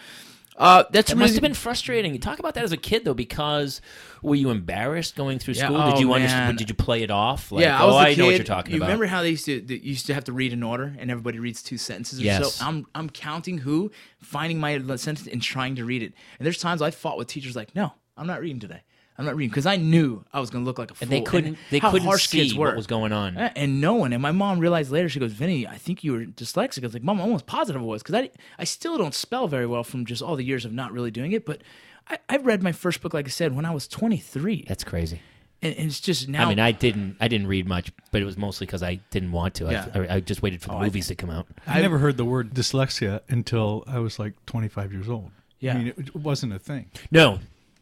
Speaker 3: Uh,
Speaker 1: That
Speaker 3: that's really
Speaker 1: must have been frustrating. Talk about that as a kid though, because were you embarrassed going through
Speaker 3: Yeah,
Speaker 1: school?
Speaker 3: oh,
Speaker 1: did you
Speaker 3: man.
Speaker 1: understand? Did you play it off? Like,
Speaker 3: yeah, I
Speaker 1: oh,
Speaker 3: was a
Speaker 1: I know what
Speaker 3: kid.
Speaker 1: you're talking
Speaker 3: you
Speaker 1: about.
Speaker 3: Remember how they used to they used to have to read an order and everybody reads two sentences or
Speaker 1: Yes.
Speaker 3: so. I'm I'm counting who, finding my le- sentence and trying to read it. And there's times I fought with teachers like, no, I'm not reading today. I'm not reading because I knew I was going to look like a fool.
Speaker 1: they couldn't- they
Speaker 3: how
Speaker 1: couldn't
Speaker 3: harsh
Speaker 1: see
Speaker 3: kids
Speaker 1: what
Speaker 3: were.
Speaker 1: was going on.
Speaker 3: Yeah, And no one. And my mom realized later. She goes, "Vinny, I think you were dyslexic." I was like, "Mom, I'm almost positive I was because I I still don't spell very well from just all the years of not really doing it." But I, I read my first book, like I said, when I was 23,
Speaker 1: That's crazy.
Speaker 3: and, and it's just now.
Speaker 1: I mean, I didn't. I didn't read much, but it was mostly because I didn't want to. I-
Speaker 3: Yeah. Oh,
Speaker 1: I, I just waited for the movies to come out.
Speaker 2: I never heard the word dyslexia until I was like 25 years old.
Speaker 3: Yeah.
Speaker 2: I mean, it wasn't a thing.
Speaker 1: No,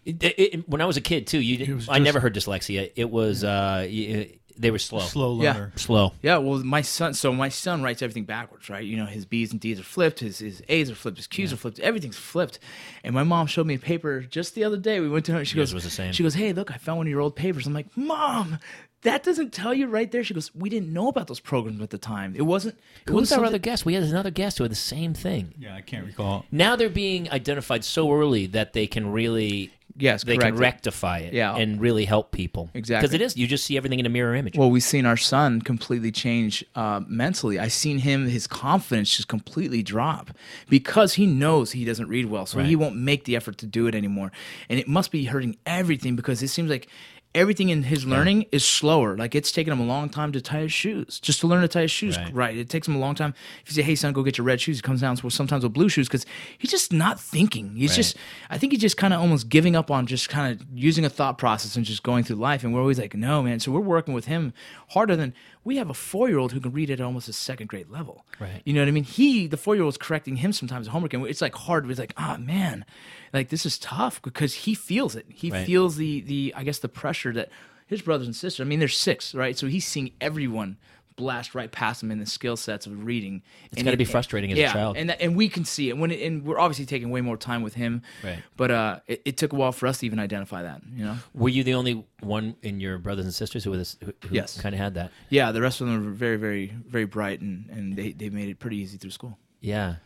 Speaker 1: It- it- it- when I was a kid too, you didn't,
Speaker 2: was
Speaker 1: I
Speaker 2: just-
Speaker 1: never heard dyslexia. It was uh, y- uh, they were slow,
Speaker 2: Slow
Speaker 3: Yeah.
Speaker 2: learner.
Speaker 1: slow.
Speaker 3: Yeah, well, my son. So my son writes everything backwards, right? You know, his B's and D's are flipped, his his A's are flipped, his Q's are flipped, everything's flipped. And my mom showed me a paper just the other day. We went to her. and She
Speaker 1: Yours
Speaker 3: goes,
Speaker 1: was the same.
Speaker 3: She goes, "Hey, look, I found one of your old papers." I'm like, "Mom, that doesn't tell you right there." She goes, "We didn't know about those programs at the time. It wasn't. It
Speaker 1: Who was
Speaker 3: wasn't
Speaker 1: our other
Speaker 3: something-
Speaker 1: guest? We had another guest who had the same thing.
Speaker 2: Yeah, I can't recall.
Speaker 1: Now they're being identified so early that they can really
Speaker 3: Yes,
Speaker 1: they
Speaker 3: correct.
Speaker 1: can rectify it
Speaker 3: Yeah.
Speaker 1: and really help people
Speaker 3: Exactly.
Speaker 1: because it is you just see everything in a mirror image.
Speaker 3: Well, we've seen our son completely change uh, mentally. I've seen him, his confidence just completely drop because he knows he doesn't read well. So he
Speaker 1: Right.
Speaker 3: won't make the effort to do it anymore. And it must be hurting everything because it seems like everything in his learning is slower. Like it's taken him a long time to tie his shoes, just to learn to tie his shoes right.
Speaker 1: Right.
Speaker 3: It takes him a long time. If you say, hey, son, go get your red shoes, he comes down sometimes with blue shoes because he's just not thinking. He's just, I think he's just kind of almost giving up on just kind of using a thought process and just going through life. And we're always like, no, man. So we're working with him harder than we have a four year old who can read at almost a second grade level.
Speaker 1: Right.
Speaker 3: You know what I mean? He, the four year old's correcting him sometimes at homework. And it's like hard. It's like, ah, man, like this is tough because he feels it. He
Speaker 1: Right.
Speaker 3: feels the, the, I guess, the pressure that his brothers and sisters, I mean, there's six, right? So he's seeing everyone blast right past him in the skill sets of reading. It's
Speaker 1: gotta be frustrating as a child.
Speaker 3: and that, and we can see it when it, and we're obviously taking way more time with him.
Speaker 1: Right.
Speaker 3: But uh, it, it took a while for us to even identify that. You know.
Speaker 1: Were you the only one in your brothers and sisters who were this, who, who
Speaker 3: Yes.
Speaker 1: kind of had that?
Speaker 3: Yeah, the rest of them are very, very, very bright, and and they they made it pretty easy through school.
Speaker 1: Yeah,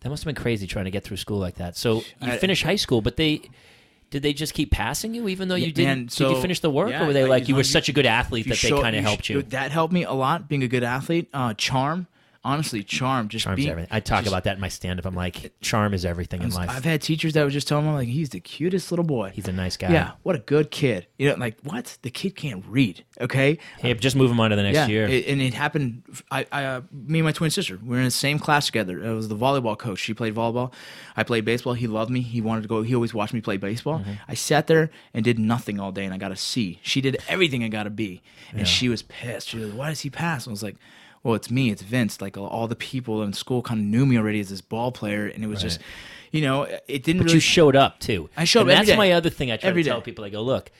Speaker 1: that must have been crazy trying to get through school like that. So you
Speaker 3: I-
Speaker 1: finish high school, but they did they just keep passing you even though you
Speaker 3: Yeah,
Speaker 1: didn't?
Speaker 3: man,
Speaker 1: did
Speaker 3: so-
Speaker 1: you finish the work,
Speaker 3: yeah,
Speaker 1: or were they
Speaker 3: like,
Speaker 1: like,
Speaker 3: as
Speaker 1: you
Speaker 3: long
Speaker 1: were
Speaker 3: as you-
Speaker 1: such a good athlete
Speaker 3: If you
Speaker 1: that they
Speaker 3: show-
Speaker 1: kind of
Speaker 3: you
Speaker 1: helped
Speaker 3: sh-
Speaker 1: you?
Speaker 3: That helped me a lot. Being a good athlete, uh, charm. Honestly, charm. Just
Speaker 1: Charm's
Speaker 3: being,
Speaker 1: everything. I talk about that in my stand up. I'm like, charm is everything in life.
Speaker 3: I've had teachers that would just tell him, "I'm like, he's the cutest little boy.
Speaker 1: He's a nice guy.
Speaker 3: Yeah, what a good kid. You know, like what? The kid can't read. Okay,
Speaker 1: Hey, just move him on to the next year.
Speaker 3: it- and it happened. I, I uh, me and my twin sister, we were in the same class together. It was the volleyball coach. She played volleyball. I played baseball. He loved me. He wanted to go. He always watched me play baseball.
Speaker 1: Mm-hmm.
Speaker 3: I sat there and did nothing all day, and I got a C. She did everything and got a B, and she was pissed. She was, "Why does he pass?" And I was like. Well, it's me, it's Vince. Like all- all the people in school kind of knew me already as this ball player, and it was just, you know, it didn't.
Speaker 1: but
Speaker 3: really,
Speaker 1: you showed up too.
Speaker 3: I showed
Speaker 1: And
Speaker 3: up every
Speaker 1: that's
Speaker 3: day.
Speaker 1: my other thing. I try
Speaker 3: Every
Speaker 1: to tell
Speaker 3: day.
Speaker 1: people. I go, look,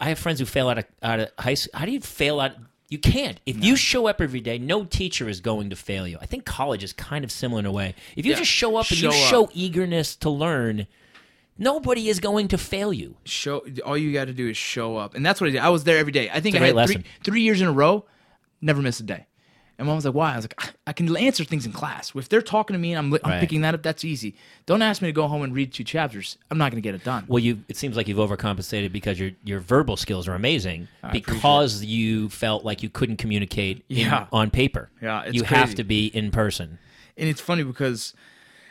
Speaker 1: I have friends who fail out of out of high school. How do you fail out? You can't. If you show up every day, no teacher is going to fail you. I think college is kind of similar in a way. If you just show up and you
Speaker 3: Show up.
Speaker 1: show eagerness to learn, nobody is going to fail you.
Speaker 3: show all you got to do is show up and that's what i did i was there every day i think
Speaker 1: It's a
Speaker 3: i
Speaker 1: great
Speaker 3: had three,
Speaker 1: lesson.
Speaker 3: three years in a row never missed a day and mom was like why i was like i can answer things in class if they're talking to me and i'm, li-
Speaker 1: Right.
Speaker 3: I'm picking that up that's easy don't ask me to go home and read two chapters i'm not going to get it done
Speaker 1: Well, you it seems like you've overcompensated because your your verbal skills are amazing because you felt like you couldn't communicate in-
Speaker 3: Yeah.
Speaker 1: on paper.
Speaker 3: Yeah, it's
Speaker 1: you have
Speaker 3: crazy.
Speaker 1: to be in person.
Speaker 3: and it's funny because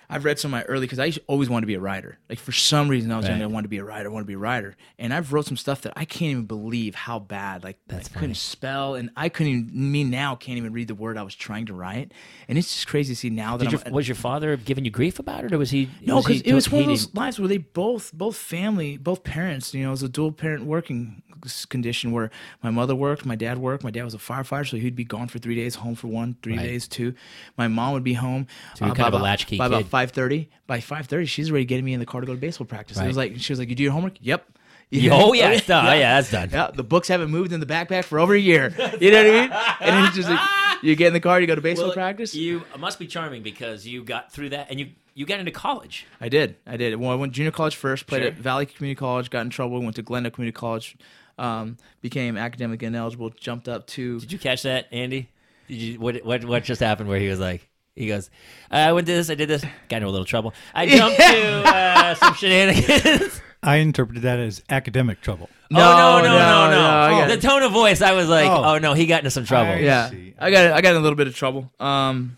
Speaker 3: I've read some of my early because I used to always wanted to be a writer. Like for some reason, I was young. I wanted to be a writer. I wanted to be a writer, and I've wrote some stuff that I can't even believe how bad. Like I couldn't spell, and I couldn't. even, Me now can't even read the word I was trying to write, and it's just crazy to see now that
Speaker 1: Did
Speaker 3: I'm.
Speaker 1: your, was your father giving you grief about Um, it, or was he?
Speaker 3: No,
Speaker 1: was he
Speaker 3: because it
Speaker 1: do-
Speaker 3: was one of
Speaker 1: he
Speaker 3: those
Speaker 1: didn't-
Speaker 3: lives where they both, both family, both parents, you know, it was a dual parent working s- condition where my mother worked, my dad worked. My dad was a firefighter, so he'd be gone for three days, home for one, three days, two. My mom would be home.
Speaker 1: you were
Speaker 3: uh,
Speaker 1: kind
Speaker 3: by
Speaker 1: of a
Speaker 3: about-
Speaker 1: latchkey
Speaker 3: By
Speaker 1: kid.
Speaker 3: about five thirty. By five thirty, she's already getting me in the car to go to baseball practice. It was like she was like, "You do your homework? Yep.
Speaker 1: Yeah, oh, yeah, it's done. Oh, yeah, that's done.
Speaker 3: Yeah, the books haven't moved in the backpack for over a year. You know what I mean? And it's just like you get in the car, you go to baseball
Speaker 1: Well,
Speaker 3: practice.
Speaker 1: You must be charming because you got through that and you you got into college.
Speaker 3: I did. I did. Well, I went to junior college first, played
Speaker 1: Sure.
Speaker 3: at Valley Community College, got in trouble, went to Glendale Community College, um, became academic ineligible, jumped up to.
Speaker 1: Did you catch that, Andy? Did you what what what just happened where he was like, He goes, I went to this, I did this, got into a little trouble. I jumped to uh, some shenanigans.
Speaker 2: I interpreted that as academic trouble.
Speaker 1: oh, no, no,
Speaker 3: no,
Speaker 1: no, no.
Speaker 3: no, I
Speaker 1: Oh,
Speaker 3: got
Speaker 1: the
Speaker 3: it.
Speaker 1: tone of voice, I was like, oh,
Speaker 2: Oh.
Speaker 1: no, he got into some trouble.
Speaker 2: I-
Speaker 3: yeah,
Speaker 2: see.
Speaker 3: I got I got in a little bit of trouble. Um,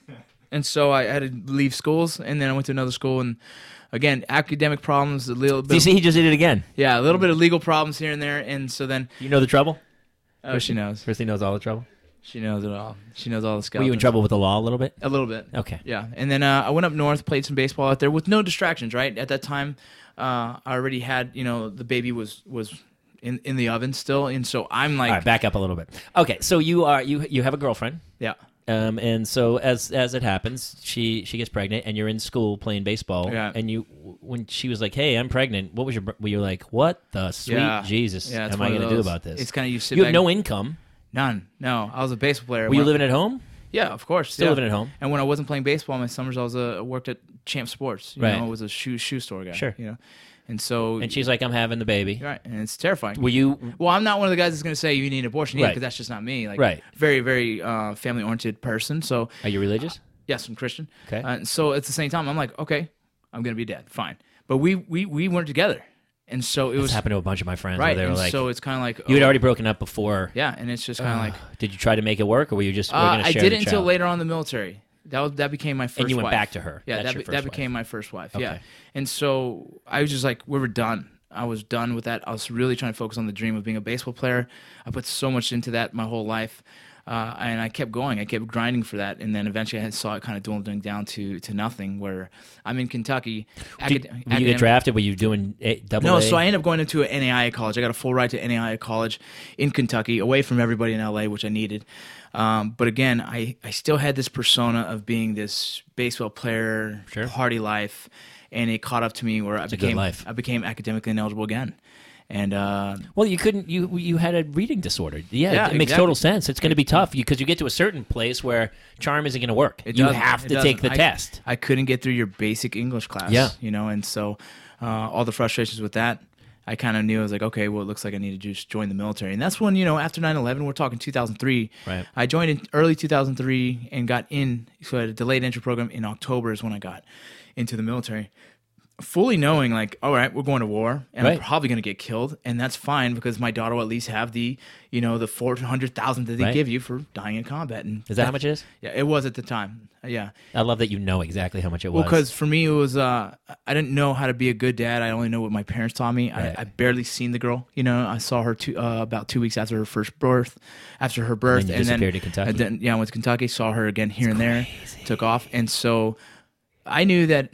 Speaker 3: and so I had to leave schools, and then I went to another school, and again, academic problems, a little
Speaker 1: Do you
Speaker 3: bit,
Speaker 1: see, he just did it again.
Speaker 3: yeah, a little bit of legal problems here and there, and so then
Speaker 1: You know the trouble?
Speaker 3: oh, she knows,
Speaker 1: Christy knows all the trouble.
Speaker 3: she knows it all, she knows all the
Speaker 1: Were
Speaker 3: skeletons.
Speaker 1: you in trouble with the law a little bit?
Speaker 3: A little bit.
Speaker 1: Okay.
Speaker 3: Yeah, and then uh, I went up north, played some baseball out there with no distractions. Right at that time, uh, I already had you know the baby was was in in the oven still, and so I'm like,
Speaker 1: All right, back up a little bit. Okay, so you are you you have a girlfriend,
Speaker 3: yeah,
Speaker 1: um, and so as as it happens, she she gets pregnant, and you're in school playing baseball,
Speaker 3: Yeah.
Speaker 1: and you when she was like, "Hey, I'm pregnant," what was your were you like? What the sweet
Speaker 3: Yeah.
Speaker 1: Jesus
Speaker 3: Yeah, it's
Speaker 1: am I
Speaker 3: one of
Speaker 1: going to do
Speaker 3: those.
Speaker 1: about this?
Speaker 3: It's kinda you sit
Speaker 1: you have
Speaker 3: back-
Speaker 1: no income.
Speaker 3: none, no. I was a baseball player.
Speaker 1: Were you
Speaker 3: When-
Speaker 1: living at home?
Speaker 3: Yeah, of course.
Speaker 1: Still
Speaker 3: yeah.
Speaker 1: living at home.
Speaker 3: And when I wasn't playing baseball, my summers I was uh, worked at Champ Sports. You
Speaker 1: Right.
Speaker 3: know, I was a shoe shoe store guy.
Speaker 1: Sure.
Speaker 3: You know, and so
Speaker 1: And she's like, "I'm having the baby."
Speaker 3: right, and it's terrifying.
Speaker 1: Were you
Speaker 3: well, I'm not one of the guys that's going to say you need an abortion either
Speaker 1: Right.
Speaker 3: because that's just not me. Like,
Speaker 1: Right.
Speaker 3: very, very uh, family oriented person. So,
Speaker 1: are you religious?
Speaker 3: yes, I'm Christian.
Speaker 1: Okay.
Speaker 3: Uh, and so at the same time, I'm like, okay, I'm going to be dead. Fine. But we we we weren't together, and so it
Speaker 1: This
Speaker 3: was
Speaker 1: happened to a bunch of my friends.
Speaker 3: right.
Speaker 1: where they
Speaker 3: And
Speaker 1: were like,
Speaker 3: so it's kind of like
Speaker 1: "You had
Speaker 3: oh,
Speaker 1: already broken up before."
Speaker 3: yeah, and it's just kind of like
Speaker 1: Did you try to make it work, or were you just? we're
Speaker 3: Uh,
Speaker 1: gonna
Speaker 3: I
Speaker 1: share
Speaker 3: did
Speaker 1: the
Speaker 3: it until
Speaker 1: child?
Speaker 3: later on in the military. That was, that became my first.
Speaker 1: you went
Speaker 3: wife.
Speaker 1: back to her.
Speaker 3: Yeah,
Speaker 1: That's
Speaker 3: that
Speaker 1: your
Speaker 3: be-
Speaker 1: first
Speaker 3: that
Speaker 1: wife.
Speaker 3: became my first wife. Yeah,
Speaker 1: Okay.
Speaker 3: and so I was just like, we were done. I was done with that. I was really trying to focus on the dream of being a baseball player. I put so much into that my whole life, uh, and I kept going. I kept grinding for that, and then eventually I had- saw it kind of dwindling down to to nothing. Where I'm in Kentucky.
Speaker 1: Did,
Speaker 3: acad-
Speaker 1: when you
Speaker 3: academic-
Speaker 1: get drafted? Were you doing a, double?
Speaker 3: no,
Speaker 1: A?
Speaker 3: so I ended up going into an NAIA college. I got a full ride to NAIA college in Kentucky, away from everybody in LA, which I needed. Um, but again, I, I still had this persona of being this baseball player, party life, and it caught up to me where I
Speaker 1: a good
Speaker 3: became
Speaker 1: life.
Speaker 3: I became academically ineligible again, and uh,
Speaker 1: Well, you couldn't. You you had a reading disorder. Yeah,
Speaker 3: Yeah,
Speaker 1: it makes
Speaker 3: exactly.
Speaker 1: total sense. It's going to be tough because you get to a certain place where charm isn't going to work.
Speaker 3: It
Speaker 1: you
Speaker 3: doesn't.
Speaker 1: have
Speaker 3: It
Speaker 1: to take the
Speaker 3: doesn't. I-
Speaker 1: test.
Speaker 3: I couldn't get through your basic English class.
Speaker 1: Yeah.
Speaker 3: You know, and so uh, all the frustrations with that, I kind of knew I was like, okay, well, it looks like I need to just join the military. And that's when, you know, after 9 11, we're talking 2003.
Speaker 1: Right.
Speaker 3: I joined in early 2003 and got in. So I had a delayed entry program in October is when I got into the military. Fully knowing, like, all right, we're going to war, and I'm
Speaker 1: Right.
Speaker 3: probably going to get killed, and that's fine because my daughter will at least have the, you know, the four hundred thousand that they
Speaker 1: Right.
Speaker 3: give you for dying in combat. And
Speaker 1: Is that how much it is?
Speaker 3: Yeah, it was at the time. Yeah,
Speaker 1: I love that you know exactly how much it
Speaker 3: well,
Speaker 1: was.
Speaker 3: because for me, it was uh, I didn't know how to be a good dad. I only know what my parents taught me. I, I barely seen the girl. You know, I saw her two, uh, about two weeks after her first birth. After her birth,
Speaker 1: you
Speaker 3: and then
Speaker 1: disappeared to Kentucky.
Speaker 3: and then- yeah, I went to Kentucky. Saw her again here and there. Took off, and so I knew that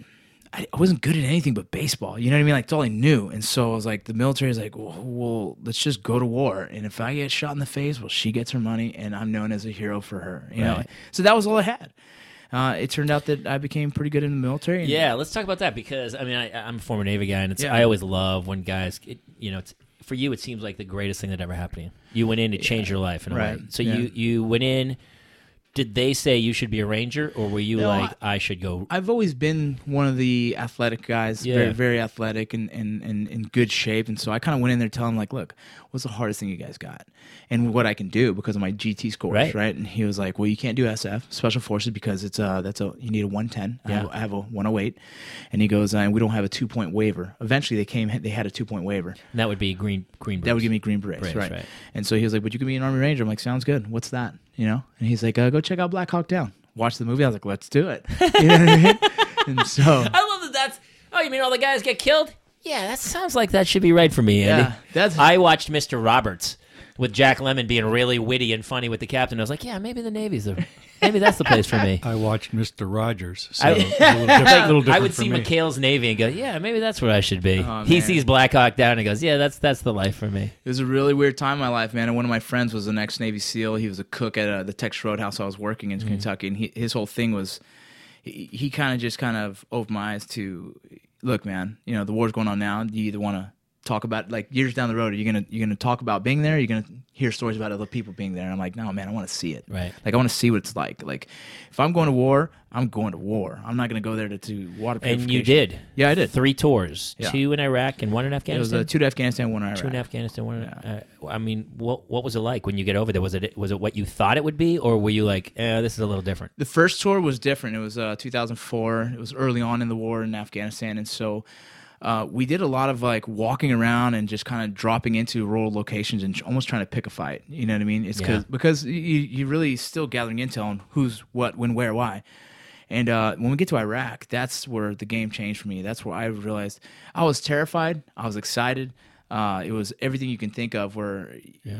Speaker 3: I I wasn't good at anything but baseball. You know what I mean? Like, it's all I knew. And so I was like, the military is like, well, well, let's just go to war. And if I get shot in the face, well, she gets her money and I'm known as a hero for her. You know?
Speaker 1: Right.
Speaker 3: So that was all I had. Uh, it turned out that I became pretty good in the military. and-
Speaker 1: yeah, let's talk about that because I mean I, I'm a former Navy guy and it's,
Speaker 3: Yeah.
Speaker 1: I always love when guys it, you know it's, for you it seems like the greatest thing that ever happened to you. You went in to change your life in a
Speaker 3: Right,
Speaker 1: way. So
Speaker 3: yeah.
Speaker 1: you you went in. Did they say you should be a ranger, or were you
Speaker 3: No,
Speaker 1: like I, should go?
Speaker 3: I've always been one of the athletic guys,
Speaker 1: Yeah.
Speaker 3: very, very athletic and, and, and in good shape. And so I kind of went in there telling him, like, look, what's the hardest thing you guys got? And what I can do because of my GT scores,
Speaker 1: Right.
Speaker 3: right? And he was like, well, you can't do SF, Special Forces, because it's uh that's a, you need a 110. I, have,
Speaker 1: Yeah.
Speaker 3: I have a 108. And he goes, "Uh, and we don't have a two point waiver. Eventually they came, they had a two point waiver.
Speaker 1: And that would be green green.
Speaker 3: That
Speaker 1: Berets.
Speaker 3: would give me Green Berets,
Speaker 1: Berets,
Speaker 3: right.
Speaker 1: right.
Speaker 3: And so he was like, "But you could be an Army Ranger." I'm like, "Sounds good. What's that?" You know? And he's like, uh, "Go check out Black Hawk Down. Watch the movie." I was like, "Let's do it." You know what I mean? And so,
Speaker 1: I love that. That's oh, you mean all the guys get killed? Yeah, that sounds like that should be right for me. Andy.
Speaker 3: Yeah, that's-
Speaker 1: I watched Mister Roberts with Jack Lemon being really witty and funny with the captain. I was like, yeah, maybe the Navy's the maybe that's the place for me.
Speaker 2: I watched Mr. Rogers, so
Speaker 1: I-
Speaker 2: it was a little different, little
Speaker 1: I
Speaker 2: different
Speaker 1: would
Speaker 2: for
Speaker 1: see
Speaker 2: me.
Speaker 1: McHale's Navy and go, yeah, maybe that's where I should be.
Speaker 3: Oh,
Speaker 1: he
Speaker 3: man.
Speaker 1: sees Black Hawk Down and goes, yeah, that's that's the life for me.
Speaker 3: It was a really weird time in my life, man. And one of my friends was an ex Navy SEAL. He was a cook at uh, the Texas Roadhouse I was working in
Speaker 1: Mm-hmm.
Speaker 3: Kentucky, and he, his whole thing was he, he kind of just kind of opened my eyes to look, man. You know, the war's going on now. You either want to talk about like years down the road. Are you gonna you're gonna talk about being there? You're gonna hear stories about other people being there. And I'm like, no, man, I want to see it.
Speaker 1: Right.
Speaker 3: Like I want to see what it's like. Like if I'm going to war, I'm going to war. I'm not gonna go there to do water.
Speaker 1: And you
Speaker 3: purification.
Speaker 1: did.
Speaker 3: Yeah, I did.
Speaker 1: Three tours,
Speaker 3: Yeah.
Speaker 1: two in Iraq and one in
Speaker 3: It was
Speaker 1: Afghanistan.
Speaker 3: uh, two to Afghanistan, one to Iraq.
Speaker 1: Two in Afghanistan. One. in- Uh, I mean, what what was it like when you get over there? Was it was it what you thought it would be, or were you like, eh, this is a little different?
Speaker 3: the first tour was different. It was uh, 2004. It was early on in the war in Afghanistan, and so uh, we did a lot of like walking around and just kind of dropping into rural locations and almost trying to pick a fight. You know what I mean? It's 'cause-
Speaker 1: Yeah.
Speaker 3: because you you really still gathering intel on who's what, when, where, why. And uh, when we get to Iraq, that's where the game changed for me. That's where I realized I was terrified. I was excited. Uh, it was everything you can think of where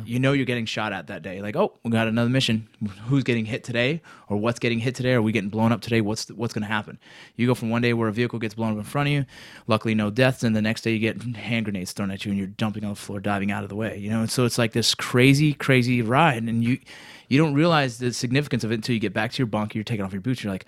Speaker 3: you know you're getting shot at that day. Like, oh, we got another mission. Who's getting hit today? Or what's getting hit today? Are we getting blown up today? What's what's going to happen? You go from one day where a vehicle gets blown up in front of you, luckily no deaths, and the next day you get hand grenades thrown at you and you're dumping on the floor, diving out of the way. You know, and so it's like this crazy, crazy ride. And you, you don't realize the significance of it until you get back to your bunk, you're taking off your boots, you're like,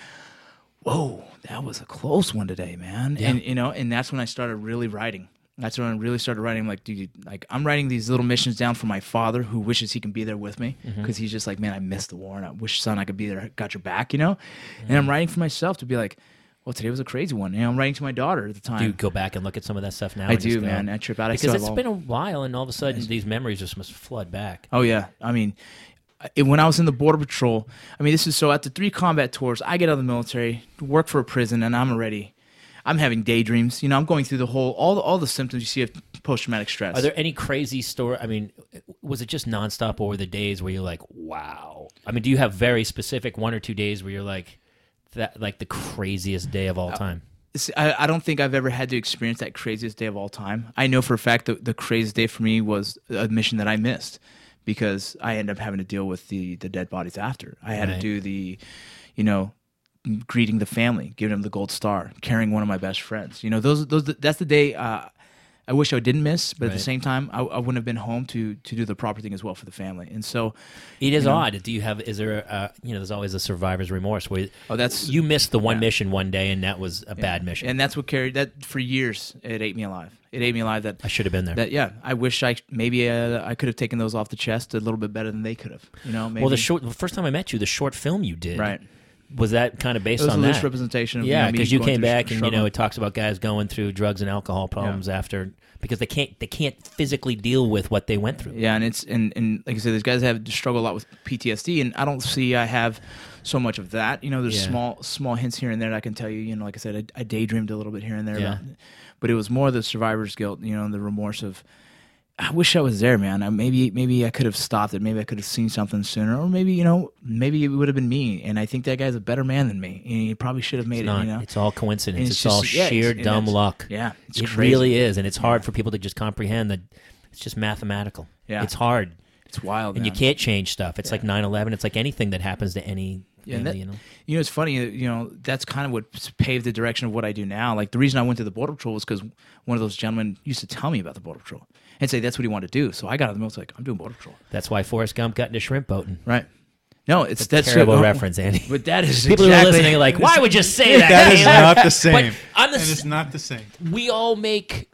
Speaker 3: whoa, oh, that was a close one today, man. And you know, and that's when I started really writing. That's when I really started writing. I'm like, dude, like I'm writing these little missions down for my father, who wishes he can be there with me,
Speaker 1: Mm-hmm.
Speaker 3: because he's just like, man, I missed the war, and I wish son I could be there, got your back, you know. And
Speaker 1: Mm.
Speaker 3: I'm writing for myself to be like, well, today was a crazy one. And I'm writing to my daughter at the time.
Speaker 1: Do you go back and look at some of that stuff now?
Speaker 3: I
Speaker 1: and just
Speaker 3: do,
Speaker 1: go-
Speaker 3: man. I trip out. I still
Speaker 1: Because
Speaker 3: have
Speaker 1: it's
Speaker 3: all-
Speaker 1: been a while, and all of a sudden these memories just must flood back.
Speaker 3: Oh yeah, I mean, it, when I was in the border patrol, I mean, this is so. After three combat tours, I get out of the military, work for a prison, and I'm already, I'm having daydreams. You know, I'm going through the whole all the, all the symptoms you see of post traumatic stress.
Speaker 1: Are there any crazy story? I mean, was it just nonstop over the days where you're like, wow? I mean, do you have very specific one or two days where you're like, that like the craziest day of all
Speaker 3: Uh,
Speaker 1: time?
Speaker 3: See, I, I don't think I've ever had to experience that craziest day of all time. I know for a fact that the craziest day for me was a mission that I missed because I ended up having to deal with the the dead bodies after. I had
Speaker 1: Right.
Speaker 3: to do the, you know, greeting the family, giving them the gold star, carrying one of my best friends. You know, those those that's the day. Uh, I wish I didn't miss, but at
Speaker 1: Right.
Speaker 3: the same time, I, I wouldn't have been home to to do the proper thing as well for the family. And so,
Speaker 1: It is odd. Do you have? Is there? Uh, you know, there's always a survivor's remorse where
Speaker 3: oh, that's
Speaker 1: you missed the one mission one day, and that was a bad mission.
Speaker 3: and that's what carried that for years. It ate me alive. It ate me alive. That
Speaker 1: I should have been there.
Speaker 3: That yeah, I wish I maybe uh, I could have taken those off the chest a little bit better than they could have. You know, maybe.
Speaker 1: well, the short. The first time I met you, the short film you did,
Speaker 3: Right.
Speaker 1: Was that kind of based
Speaker 3: it was a
Speaker 1: on
Speaker 3: loose
Speaker 1: that?
Speaker 3: representation. Of,
Speaker 1: yeah,
Speaker 3: know, me
Speaker 1: because you,
Speaker 3: going
Speaker 1: came
Speaker 3: through
Speaker 1: back
Speaker 3: str-
Speaker 1: and you know
Speaker 3: struggle.
Speaker 1: it talks about guys going through drugs and alcohol problems after because they can't they can't physically deal with what they went through.
Speaker 3: Yeah, and it's and and like I said, these guys have struggle a lot with PTSD, and I don't see I have so much of that. You know, there's
Speaker 1: Yeah.
Speaker 3: small small hints here and there that I can tell you. You know, like I said, I, I daydreamed a little bit here and there,
Speaker 1: Yeah.
Speaker 3: about, but it was more the survivor's guilt. You know, and the remorse of. I wish I was there, man. I, maybe maybe I could have stopped it. Maybe I could have seen something sooner, or maybe you know, maybe it would have been me. And I think that guy's a better man than me, and he probably should have made
Speaker 1: It's
Speaker 3: it.
Speaker 1: not.
Speaker 3: you know,
Speaker 1: It's all coincidence.
Speaker 3: And
Speaker 1: It's,
Speaker 3: it's
Speaker 1: all
Speaker 3: just- yeah,
Speaker 1: sheer
Speaker 3: it's- and
Speaker 1: dumb
Speaker 3: that's-
Speaker 1: luck.
Speaker 3: yeah, it's
Speaker 1: it
Speaker 3: crazy.
Speaker 1: really is, and it's hard for people to just comprehend that. It's just mathematical.
Speaker 3: Yeah.
Speaker 1: it's hard,
Speaker 3: it's wild.
Speaker 1: and you
Speaker 3: man.
Speaker 1: can't change stuff. It's like 9-11. It's like anything that happens to any.
Speaker 3: Yeah, and that-
Speaker 1: you know.
Speaker 3: You know, it's funny. uh, You know, that's kind of what paved the direction of what I do now. Like the reason I went to the border patrol was because one of those gentlemen used to tell me about the border patrol and say that's what he wanted to do. So I got out of the military. Like I'm doing border patrol.
Speaker 1: That's why Forrest Gump got into shrimp boating.
Speaker 3: Right. No, it's that's
Speaker 1: Terrible
Speaker 3: no,
Speaker 1: reference, Andy.
Speaker 3: But that is
Speaker 1: People who are
Speaker 3: exactly-
Speaker 1: listening are like, why would you say that?
Speaker 2: That is
Speaker 1: Taylor?"
Speaker 2: not the same.
Speaker 1: But on the
Speaker 2: That
Speaker 1: s-
Speaker 2: is not the same.
Speaker 1: we all make.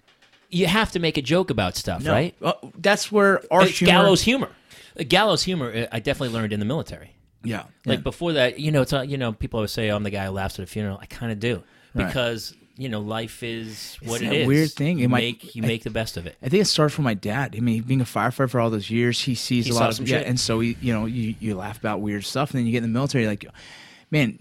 Speaker 1: You have to make a joke about stuff,
Speaker 3: No,
Speaker 1: right?
Speaker 3: uh, that's where our
Speaker 1: It's
Speaker 3: humor,
Speaker 1: gallows humor. Uh, Gallows humor. uh, I definitely learned in the military.
Speaker 3: Yeah.
Speaker 1: Like before that, you know, it's uh, you know, people always say I'm the guy who laughs at a funeral. I kind of do
Speaker 3: Right.
Speaker 1: because you know life is what
Speaker 3: It's
Speaker 1: it
Speaker 3: that
Speaker 1: is.
Speaker 3: weird thing. It
Speaker 1: You
Speaker 3: might-
Speaker 1: make you
Speaker 3: I-
Speaker 1: make the best of it.
Speaker 3: I think it started from my dad. I mean, being a firefighter for all those years, he sees
Speaker 1: He
Speaker 3: a
Speaker 1: saw
Speaker 3: lot
Speaker 1: some
Speaker 3: of yeah,
Speaker 1: shit.
Speaker 3: and so he, you know, you, you laugh about weird stuff, and then you get in the military, like, man,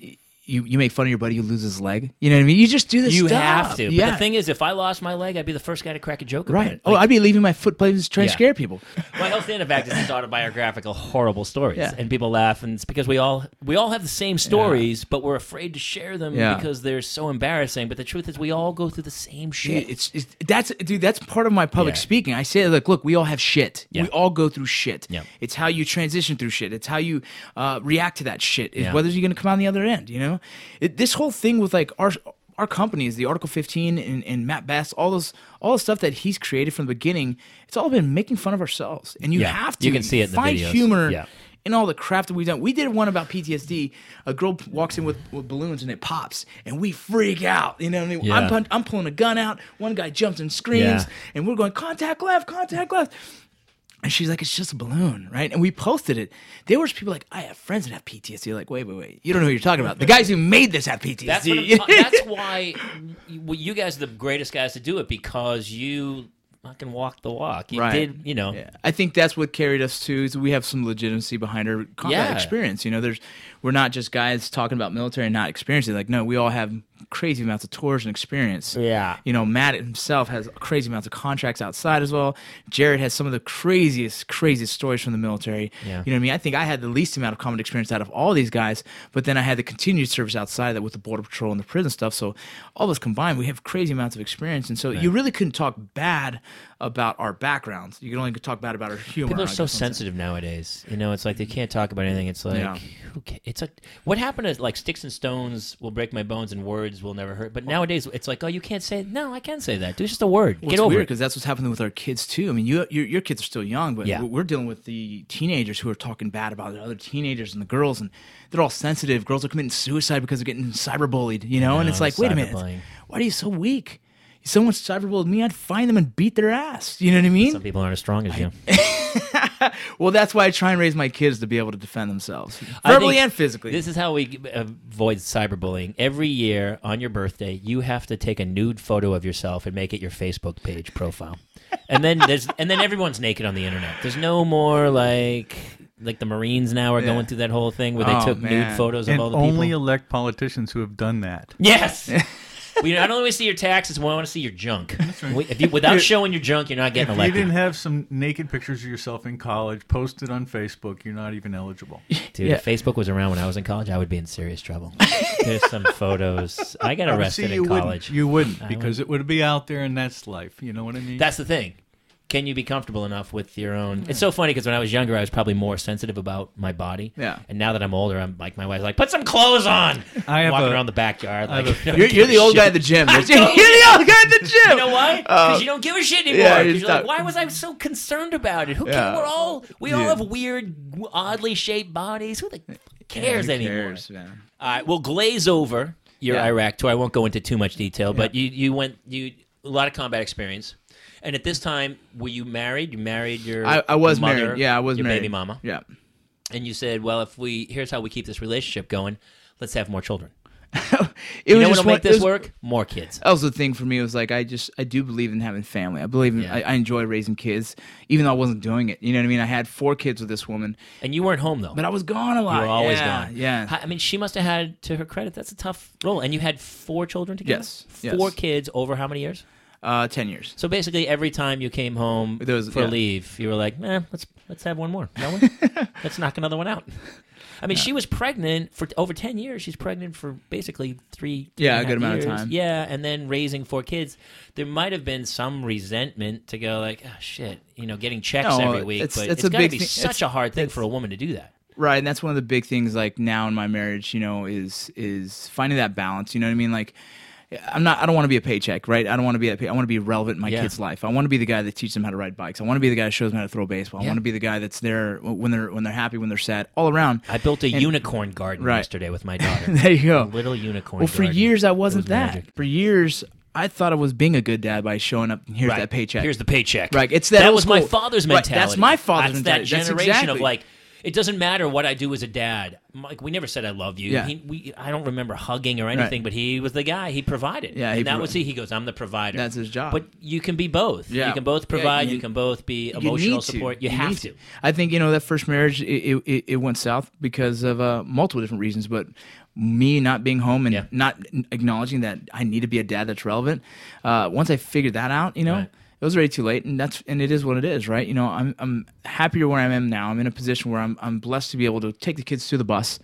Speaker 3: you, you make fun of your buddy who loses his leg. You know what I mean? You just do this.
Speaker 1: You
Speaker 3: stuff.
Speaker 1: have to.
Speaker 3: Yeah.
Speaker 1: But the thing is, if I lost my leg, I'd be the first guy to crack a joke about
Speaker 3: right?
Speaker 1: it.
Speaker 3: Oh, I'd be leaving my foot places trying
Speaker 1: Yeah.
Speaker 3: to scare people.
Speaker 1: My health stand fact is these autobiographical, horrible stories,
Speaker 3: Yeah.
Speaker 1: and people laugh, and it's because we all we all have the same stories, but we're afraid to share them
Speaker 3: Yeah.
Speaker 1: because they're so embarrassing. But the truth is, we all go through the same shit.
Speaker 3: Dude, it's, it's that's dude. That's part of my public
Speaker 1: Yeah.
Speaker 3: speaking. I say like, look, we all have shit.
Speaker 1: Yeah.
Speaker 3: We all go through shit.
Speaker 1: Yeah.
Speaker 3: It's how you transition through shit. It's how you uh, react to that shit. It's
Speaker 1: Yeah.
Speaker 3: whether you're going to come out the other end. You know, it, this whole thing with like our our companies, the Article 15 and, and Matt Bass, all those all the stuff that he's created from the beginning. It's all been making fun of ourselves, and you
Speaker 1: Yeah.
Speaker 3: have to.
Speaker 1: You can see it in the
Speaker 3: find
Speaker 1: videos.
Speaker 3: humor
Speaker 1: Yeah.
Speaker 3: and all the crap that we've done. We did one about PTSD. A girl walks in with, with balloons and it pops, and we freak out. You know what I mean? I'm,
Speaker 1: Yeah.
Speaker 3: pun- I'm pulling a gun out. One guy jumps and screams,
Speaker 1: Yeah.
Speaker 3: and we're going, contact left, contact left. And she's like, it's just a balloon, right? And we posted it. There was people like, I have friends that have PTSD. Like, wait, wait, wait. You don't know what you're talking about. The guys who made this have PTSD.
Speaker 1: That's, what I'm ta- that's why well, you guys are the greatest guys to do it because you fucking walked the walk. You
Speaker 3: Right.
Speaker 1: did, you know.
Speaker 3: Yeah. I think that's what carried us to is we have some legitimacy behind our combat
Speaker 1: Yeah.
Speaker 3: experience. You know, there's we're not just guys talking about military and not experiencing. Like, no, we all have crazy amounts of tours and experience.
Speaker 1: Yeah.
Speaker 3: You know, Matt himself has crazy amounts of contracts outside as well. Jared has some of the craziest, craziest stories from the military.
Speaker 1: Yeah.
Speaker 3: You know what I mean? I think I had the least amount of combat experience out of all these guys, but then I had the continued service outside of that with the border patrol and the prison stuff. So all of us combined, we have crazy amounts of experience. And so you really couldn't talk bad about our backgrounds. You could only talk bad about our humor.
Speaker 1: People are
Speaker 3: I
Speaker 1: so
Speaker 3: guess I'm saying.
Speaker 1: sensitive nowadays. You know, it's like they can't talk about anything. It's like,
Speaker 3: Yeah.
Speaker 1: who ca- it's a what happened to like sticks and stones will break my bones and words will never hurt. But nowadays, it's like, oh, you can't say no. I can say that. It's just a word.
Speaker 3: Well,
Speaker 1: Get
Speaker 3: it's
Speaker 1: over
Speaker 3: weird
Speaker 1: it.
Speaker 3: because that's what's happening with our kids too. I mean, you, your, your kids are still young, but
Speaker 1: Yeah.
Speaker 3: we're- we're dealing with the teenagers who are talking bad about the other teenagers and the girls, and they're all sensitive. Girls are committing suicide because they're getting cyberbullied, you know. and
Speaker 1: know,
Speaker 3: it's like, wait a minute,
Speaker 1: cyberbullying.
Speaker 3: why are you so weak? If someone cyberbullied me, I'd find them and beat their ass. You know what I mean?
Speaker 1: Some people aren't as strong as you.
Speaker 3: well, that's why I try and raise my kids to be able to defend themselves,
Speaker 1: I
Speaker 3: verbally
Speaker 1: think
Speaker 3: and physically.
Speaker 1: This is how we avoid cyberbullying. Every year on your birthday, you have to take a nude photo of yourself and make it your Facebook page profile. And then there's and then everyone's naked on the internet. There's no more like like the Marines now are going through that whole thing where they
Speaker 3: Oh,
Speaker 1: took
Speaker 3: man.
Speaker 1: nude photos of
Speaker 2: and
Speaker 1: all the
Speaker 2: only
Speaker 1: people.
Speaker 2: elect politicians who have done that.
Speaker 1: yes. we not only want to see your taxes, we want to see your junk. We- if you, without showing your junk, you're not getting
Speaker 2: If you
Speaker 1: elected.
Speaker 2: didn't have some naked pictures of yourself in college posted on Facebook, you're not even eligible.
Speaker 1: Dude, if Facebook was around when I was in college, I would be in serious trouble. There's some photos. I got arrested
Speaker 2: See, you
Speaker 1: in college.
Speaker 2: Wouldn't, you wouldn't because it would be out there, and that's life. You know what I mean?
Speaker 1: That's the thing. Can you be comfortable enough with your own? It's so funny because when I was younger, I was probably more sensitive about my body.
Speaker 3: Yeah.
Speaker 1: And now that I'm older, I'm like my wife's like, put some clothes on.
Speaker 2: I have
Speaker 1: walking
Speaker 2: a-
Speaker 1: around the backyard. Like,
Speaker 2: have a-
Speaker 1: "Don't
Speaker 3: you're, you're
Speaker 1: give
Speaker 3: the
Speaker 1: a
Speaker 3: old guy
Speaker 1: shit."
Speaker 3: at the gym. you're the old guy at the gym.
Speaker 1: You know why? Because you don't give a shit anymore.
Speaker 3: yeah,
Speaker 1: 'Cause
Speaker 3: you're
Speaker 1: you're like,
Speaker 3: stuck.
Speaker 1: why was I so concerned about it? Who
Speaker 3: Yeah.
Speaker 1: cares? We're all we all
Speaker 3: Yeah.
Speaker 1: have weird, oddly shaped bodies. Who the f- cares
Speaker 3: Who
Speaker 1: anymore?
Speaker 3: cares, man?
Speaker 1: All right, we'll glaze over your
Speaker 3: Yeah.
Speaker 1: Iraq tour. I won't go into too much detail, but you you went you a lot of combat experience, and at this time were you married? You married your
Speaker 3: I, I was
Speaker 1: mother,
Speaker 3: married. Yeah, I was
Speaker 1: your
Speaker 3: married.
Speaker 1: baby mama,
Speaker 3: Yeah.
Speaker 1: and you said, well, if we here's how we keep this relationship going, let's have more children.
Speaker 3: It
Speaker 1: You know
Speaker 3: just
Speaker 1: what'll
Speaker 3: one-
Speaker 1: make
Speaker 3: it
Speaker 1: this
Speaker 3: was-
Speaker 1: work? More kids.
Speaker 3: that was the thing for me. Was like I just I do believe in having family. I believe in I, I enjoy raising kids, even though I wasn't doing it. You know what I mean? I had four kids with this woman,
Speaker 1: And you weren't home though.
Speaker 3: but I was gone a lot.
Speaker 1: you were always
Speaker 3: yeah,
Speaker 1: gone.
Speaker 3: Yeah.
Speaker 1: How- I mean, she must have had, to her credit, that's a tough role. And you had four children together.
Speaker 3: Yes, yes.
Speaker 1: Four kids over how many years?
Speaker 3: Uh, ten years.
Speaker 1: So basically, every time you came home
Speaker 3: There was-
Speaker 1: for
Speaker 3: yeah.
Speaker 1: leave, you were like, "Man, let's let's have one more. No one? let's knock another one out." I mean, she was pregnant for over ten years. She's pregnant for basically three, three
Speaker 3: Yeah,
Speaker 1: and
Speaker 3: a good
Speaker 1: half
Speaker 3: amount of
Speaker 1: years.
Speaker 3: time.
Speaker 1: Yeah, and then raising four kids. There might have been some resentment to go like, "Oh shit," you know, getting checks
Speaker 3: No,
Speaker 1: every week.
Speaker 3: it's-
Speaker 1: but it's
Speaker 3: it's a
Speaker 1: got to
Speaker 3: big
Speaker 1: be
Speaker 3: thing.
Speaker 1: such
Speaker 3: It's-
Speaker 1: a hard thing for a woman to do that.
Speaker 3: Right, and that's one of the big things. Like now in my marriage, you know, is is finding that balance. You know what I mean? Like, I'm not. I don't want to be a paycheck, right? I don't want to be. A pay, I want to be relevant in my
Speaker 1: Yeah.
Speaker 3: kids' life. I want to be the guy that teaches them how to ride bikes. I want to be the guy that shows them how to throw a baseball. I
Speaker 1: Yeah.
Speaker 3: want to be the guy that's there when they're when they're happy, when they're sad, all around.
Speaker 1: I built a unicorn garden
Speaker 3: Right.
Speaker 1: yesterday with my daughter.
Speaker 3: there you go.
Speaker 1: Little unicorn.
Speaker 3: Well, for
Speaker 1: garden.
Speaker 3: years I wasn't
Speaker 1: was
Speaker 3: that.
Speaker 1: magic.
Speaker 3: For years I thought I was being a good dad by showing up. and Here's
Speaker 1: Right.
Speaker 3: that paycheck.
Speaker 1: Here's the paycheck.
Speaker 3: Right, it's that old
Speaker 1: was my
Speaker 3: school-
Speaker 1: father's
Speaker 3: Right, that's
Speaker 1: mentality.
Speaker 3: my father's
Speaker 1: That's
Speaker 3: mentality.
Speaker 1: That
Speaker 3: That's
Speaker 1: generation
Speaker 3: exactly-
Speaker 1: of like, it doesn't matter what I do as a dad. Like we never said I love you.
Speaker 3: Yeah.
Speaker 1: He, we, I don't remember hugging or anything, but he was the guy. He provided.
Speaker 3: Yeah,
Speaker 1: and
Speaker 3: he
Speaker 1: that
Speaker 3: provi-
Speaker 1: was he. He goes, I'm the provider.
Speaker 3: That's his job.
Speaker 1: But you can be both.
Speaker 3: Yeah.
Speaker 1: you can both
Speaker 3: Yeah,
Speaker 1: provide.
Speaker 3: you-
Speaker 1: you, can both be
Speaker 3: You
Speaker 1: emotional
Speaker 3: need to.
Speaker 1: support. You, have
Speaker 3: need
Speaker 1: to.
Speaker 3: I think you know that first marriage it, it, it- it went south because of uh, multiple different reasons, but me not being home and
Speaker 1: Yeah.
Speaker 3: not acknowledging that I need to be a dad that's relevant. Uh, once I figured that out, you know.
Speaker 1: Right.
Speaker 3: It was already too late, and that's and it is what it is, right? You know, I'm I'm happier where I am now. I'm in a position where I'm I'm blessed to be able to take the kids to the bus,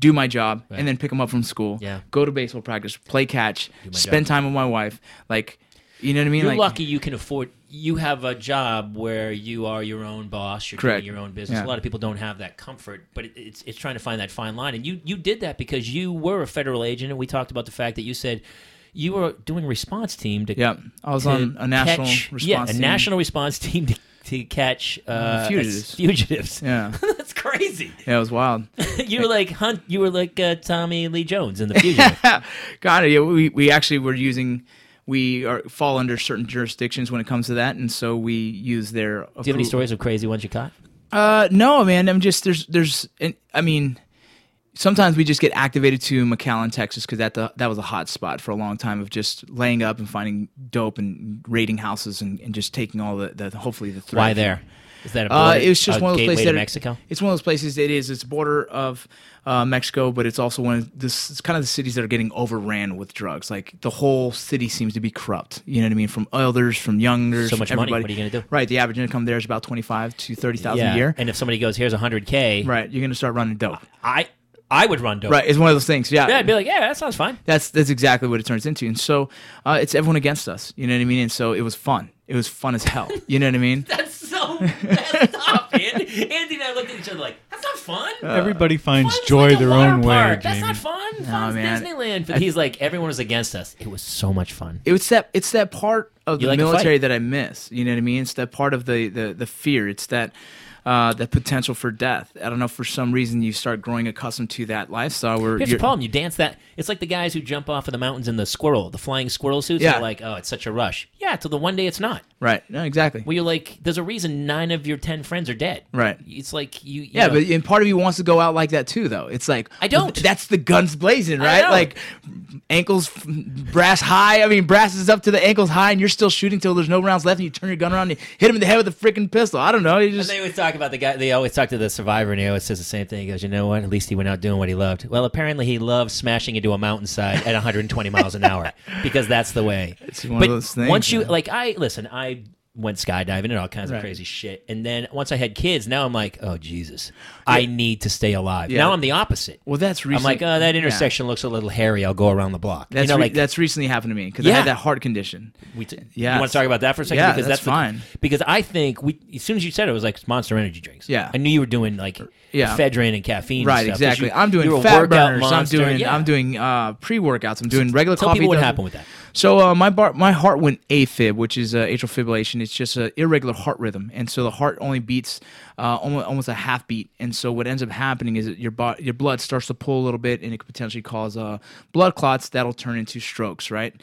Speaker 3: do my job, and then pick them up from school.
Speaker 1: Yeah.
Speaker 3: Go to baseball practice, play catch,
Speaker 1: my
Speaker 3: spend
Speaker 1: job.
Speaker 3: time with my wife. Like, you know what I mean?
Speaker 1: You're
Speaker 3: like,
Speaker 1: lucky you can afford. You have a job where you are your own boss. You're
Speaker 3: Correct.
Speaker 1: doing your own business.
Speaker 3: Yeah.
Speaker 1: A lot of people don't have that comfort, but it, it's it's trying to find that fine line. And you you did that because you were a federal agent, and we talked about the fact that you said you were doing response team to
Speaker 3: Yeah, I was
Speaker 1: to
Speaker 3: on a national
Speaker 1: catch-
Speaker 3: response.
Speaker 1: yeah a
Speaker 3: team.
Speaker 1: national response team to to catch uh,
Speaker 3: Fugitives.
Speaker 1: fugitives.
Speaker 3: Yeah.
Speaker 1: That's crazy.
Speaker 3: Yeah, it was wild.
Speaker 1: You were like Hunt. You were like uh, Tommy Lee Jones in the fugitive.
Speaker 3: Got it. Yeah, we, we actually were using, we are, fall under certain jurisdictions when it comes to that. And so we use their.
Speaker 1: Do you have any stories of crazy ones you caught?
Speaker 3: Uh, no, man. I'm just, there's, there's, and, I mean, sometimes we just get activated to McAllen, Texas, because that, the, that was a hot spot for a long time of just laying up and finding dope and raiding houses and, and just taking all the, the hopefully the threat.
Speaker 1: Why there? Is that a
Speaker 3: Uh,
Speaker 1: border-
Speaker 3: it's just
Speaker 1: a
Speaker 3: one of those
Speaker 1: gateway
Speaker 3: places
Speaker 1: to
Speaker 3: that
Speaker 1: Mexico?
Speaker 3: It's one of those places. It is. It's border of uh, Mexico, but it's also one of this. It's kind of the cities that are getting overran with drugs. Like the whole city seems to be corrupt. You know what I mean? From elders, from youngers,
Speaker 1: So
Speaker 3: from
Speaker 1: much money.
Speaker 3: everybody.
Speaker 1: What are you gonna do?
Speaker 3: Right. The average income there is about twenty five to thirty thousand
Speaker 1: Yeah.
Speaker 3: a year.
Speaker 1: And if somebody goes, "Here's 100k,"
Speaker 3: right. You're gonna start running dope.
Speaker 1: I I would run dope.
Speaker 3: Right. It's one of those things. Yeah.
Speaker 1: Yeah, I'd be like, "Yeah, that sounds fine."
Speaker 3: that's that's exactly what it turns into. And so uh, it's everyone against us. You know what I mean? And so it was fun. It was fun as hell. You know what I mean?
Speaker 1: That's so messed up, Andy. Andy and I looked at each other like, "That's not fun."
Speaker 2: Uh,
Speaker 3: Uh,
Speaker 2: Everybody finds
Speaker 1: Fun's
Speaker 2: joy
Speaker 1: like a
Speaker 2: their
Speaker 1: water
Speaker 2: own way,
Speaker 1: park. That's
Speaker 2: Jamie.
Speaker 1: not fun. Fun's
Speaker 3: man.
Speaker 1: Disneyland. But he's like, everyone was against us. It was so much fun.
Speaker 3: it was that it's that part of
Speaker 1: You
Speaker 3: the
Speaker 1: like to
Speaker 3: military
Speaker 1: fight.
Speaker 3: that I miss. You know what I mean? It's that part of the the, the fear. It's that uh, that potential for death. I don't know. For some reason, you start growing accustomed to that lifestyle. Where
Speaker 1: Here's
Speaker 3: you're,
Speaker 1: the problem: you dance that. It's like the guys who jump off of the mountains in the squirrel, the flying squirrel suits.
Speaker 3: Yeah.
Speaker 1: They're like, "Oh, it's such a rush." Yeah, till the one day it's not.
Speaker 3: right? No, exactly.
Speaker 1: Well, you're like, there's a reason nine of your ten friends are dead.
Speaker 3: Right.
Speaker 1: It's like you. you
Speaker 3: yeah,
Speaker 1: know,
Speaker 3: but and part of you wants to go out like that too, though. It's like
Speaker 1: I don't.
Speaker 3: That's the guns blazing, right?
Speaker 1: don't.
Speaker 3: Like ankles f- brass high. I mean, brass is up to the ankles high, and you're still shooting till there's no rounds left, and you turn your gun around and you hit him in the head with a freaking pistol. I don't know. You
Speaker 1: And
Speaker 3: just
Speaker 1: they always talk about the guy. They always talk to the survivor, and he always says the same thing. He goes, "You know what? At least he went out doing what he loved." Well, apparently he loved smashing into a mountainside at 120 miles an hour because that's the way. It's
Speaker 3: one of those things,
Speaker 1: Once you
Speaker 3: yeah.
Speaker 1: like, I listen. I went skydiving and all kinds of crazy shit, and then once I had kids, now I'm like, "Oh Jesus, I need to stay alive." Now I'm the opposite.
Speaker 3: well, that's
Speaker 1: I'm
Speaker 3: recent.
Speaker 1: like, "Oh, that
Speaker 3: yeah.
Speaker 1: intersection looks a little hairy. I'll go around the block."
Speaker 3: That's
Speaker 1: you know,
Speaker 3: re-
Speaker 1: like
Speaker 3: that's recently happened to me because I
Speaker 1: Yeah.
Speaker 3: had that heart condition.
Speaker 1: we t-
Speaker 3: Yeah.
Speaker 1: You want to talk about that for a second?
Speaker 3: Yeah,
Speaker 1: because
Speaker 3: that's
Speaker 1: the-
Speaker 3: fine.
Speaker 1: because I think we, as soon as you said it, it was like it's Monster Energy drinks.
Speaker 3: Yeah. Er,
Speaker 1: I knew you were doing like
Speaker 3: Yeah.
Speaker 1: ephedrine and caffeine. and
Speaker 3: Right,
Speaker 1: stuff, 'cause
Speaker 3: exactly.
Speaker 1: you-
Speaker 3: I'm
Speaker 1: you're
Speaker 3: doing
Speaker 1: a
Speaker 3: fat
Speaker 1: workout
Speaker 3: burners.
Speaker 1: monster,
Speaker 3: I'm doing
Speaker 1: yeah.
Speaker 3: I'm doing uh, pre workouts. I'm doing regular
Speaker 1: Tell
Speaker 3: coffee.
Speaker 1: people what
Speaker 3: doesn't-
Speaker 1: happened with that.
Speaker 3: So uh, my bar, my heart went AFib, which is uh, atrial fibrillation. It's just an irregular heart rhythm, and so the heart only beats uh, almost, almost a half beat. And so what ends up happening is that your bo- your blood starts to pull a little bit, and it could potentially cause uh, blood clots that'll turn into strokes, right?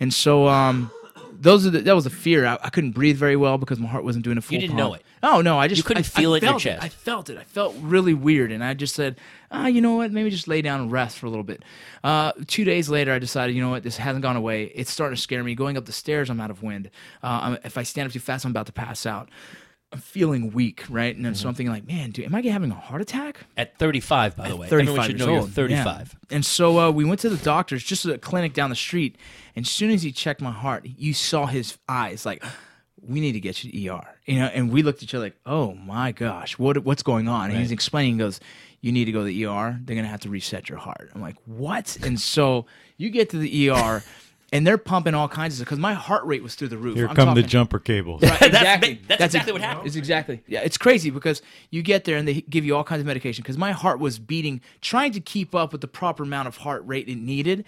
Speaker 3: And so um, those are the, that was a fear. I, I couldn't breathe very well because my heart wasn't doing a full.
Speaker 1: didn't
Speaker 3: pump.
Speaker 1: know it.
Speaker 3: Oh no, I just
Speaker 1: You couldn't
Speaker 3: I-
Speaker 1: feel
Speaker 3: I
Speaker 1: it in your
Speaker 3: felt
Speaker 1: chest.
Speaker 3: I felt it. I felt really weird, and I just said, ah, you know what? Maybe just lay down and rest for a little bit. Uh, two days later, I decided, you know what? This hasn't gone away. It's starting to scare me. Going up the stairs, I'm out of wind. Uh, I'm, if I stand up too fast, I'm about to pass out. I'm feeling weak, right? And then
Speaker 1: Mm-hmm.
Speaker 3: so I'm thinking, like, man, dude, am I having a heart attack?
Speaker 1: At 35, by the way.
Speaker 3: 35
Speaker 1: Everyone should
Speaker 3: years
Speaker 1: know
Speaker 3: old.
Speaker 1: you're 35.
Speaker 3: Yeah. And so uh, we went to the doctor's, just a clinic down the street. And as soon as he checked my heart, you saw his eyes like, "We need to get you to ER." You know, and we looked at each other like, "Oh my gosh, what what's going on?" And he's explaining. He goes, "You need to go to the ER. They're gonna have to reset your heart." I'm like, "What?" and so you get to the ER. And they're pumping all kinds of stuff because my heart rate was through the roof.
Speaker 2: Here
Speaker 3: I'm
Speaker 2: come the
Speaker 3: talking-
Speaker 2: jumper cables.
Speaker 1: That's
Speaker 3: exactly.
Speaker 1: ba- that's exactly what happened.
Speaker 3: It's exactly. Yeah, it's crazy because you get there and they give you all kinds of medication. Because my heart was beating, trying to keep up with the proper amount of heart rate it needed.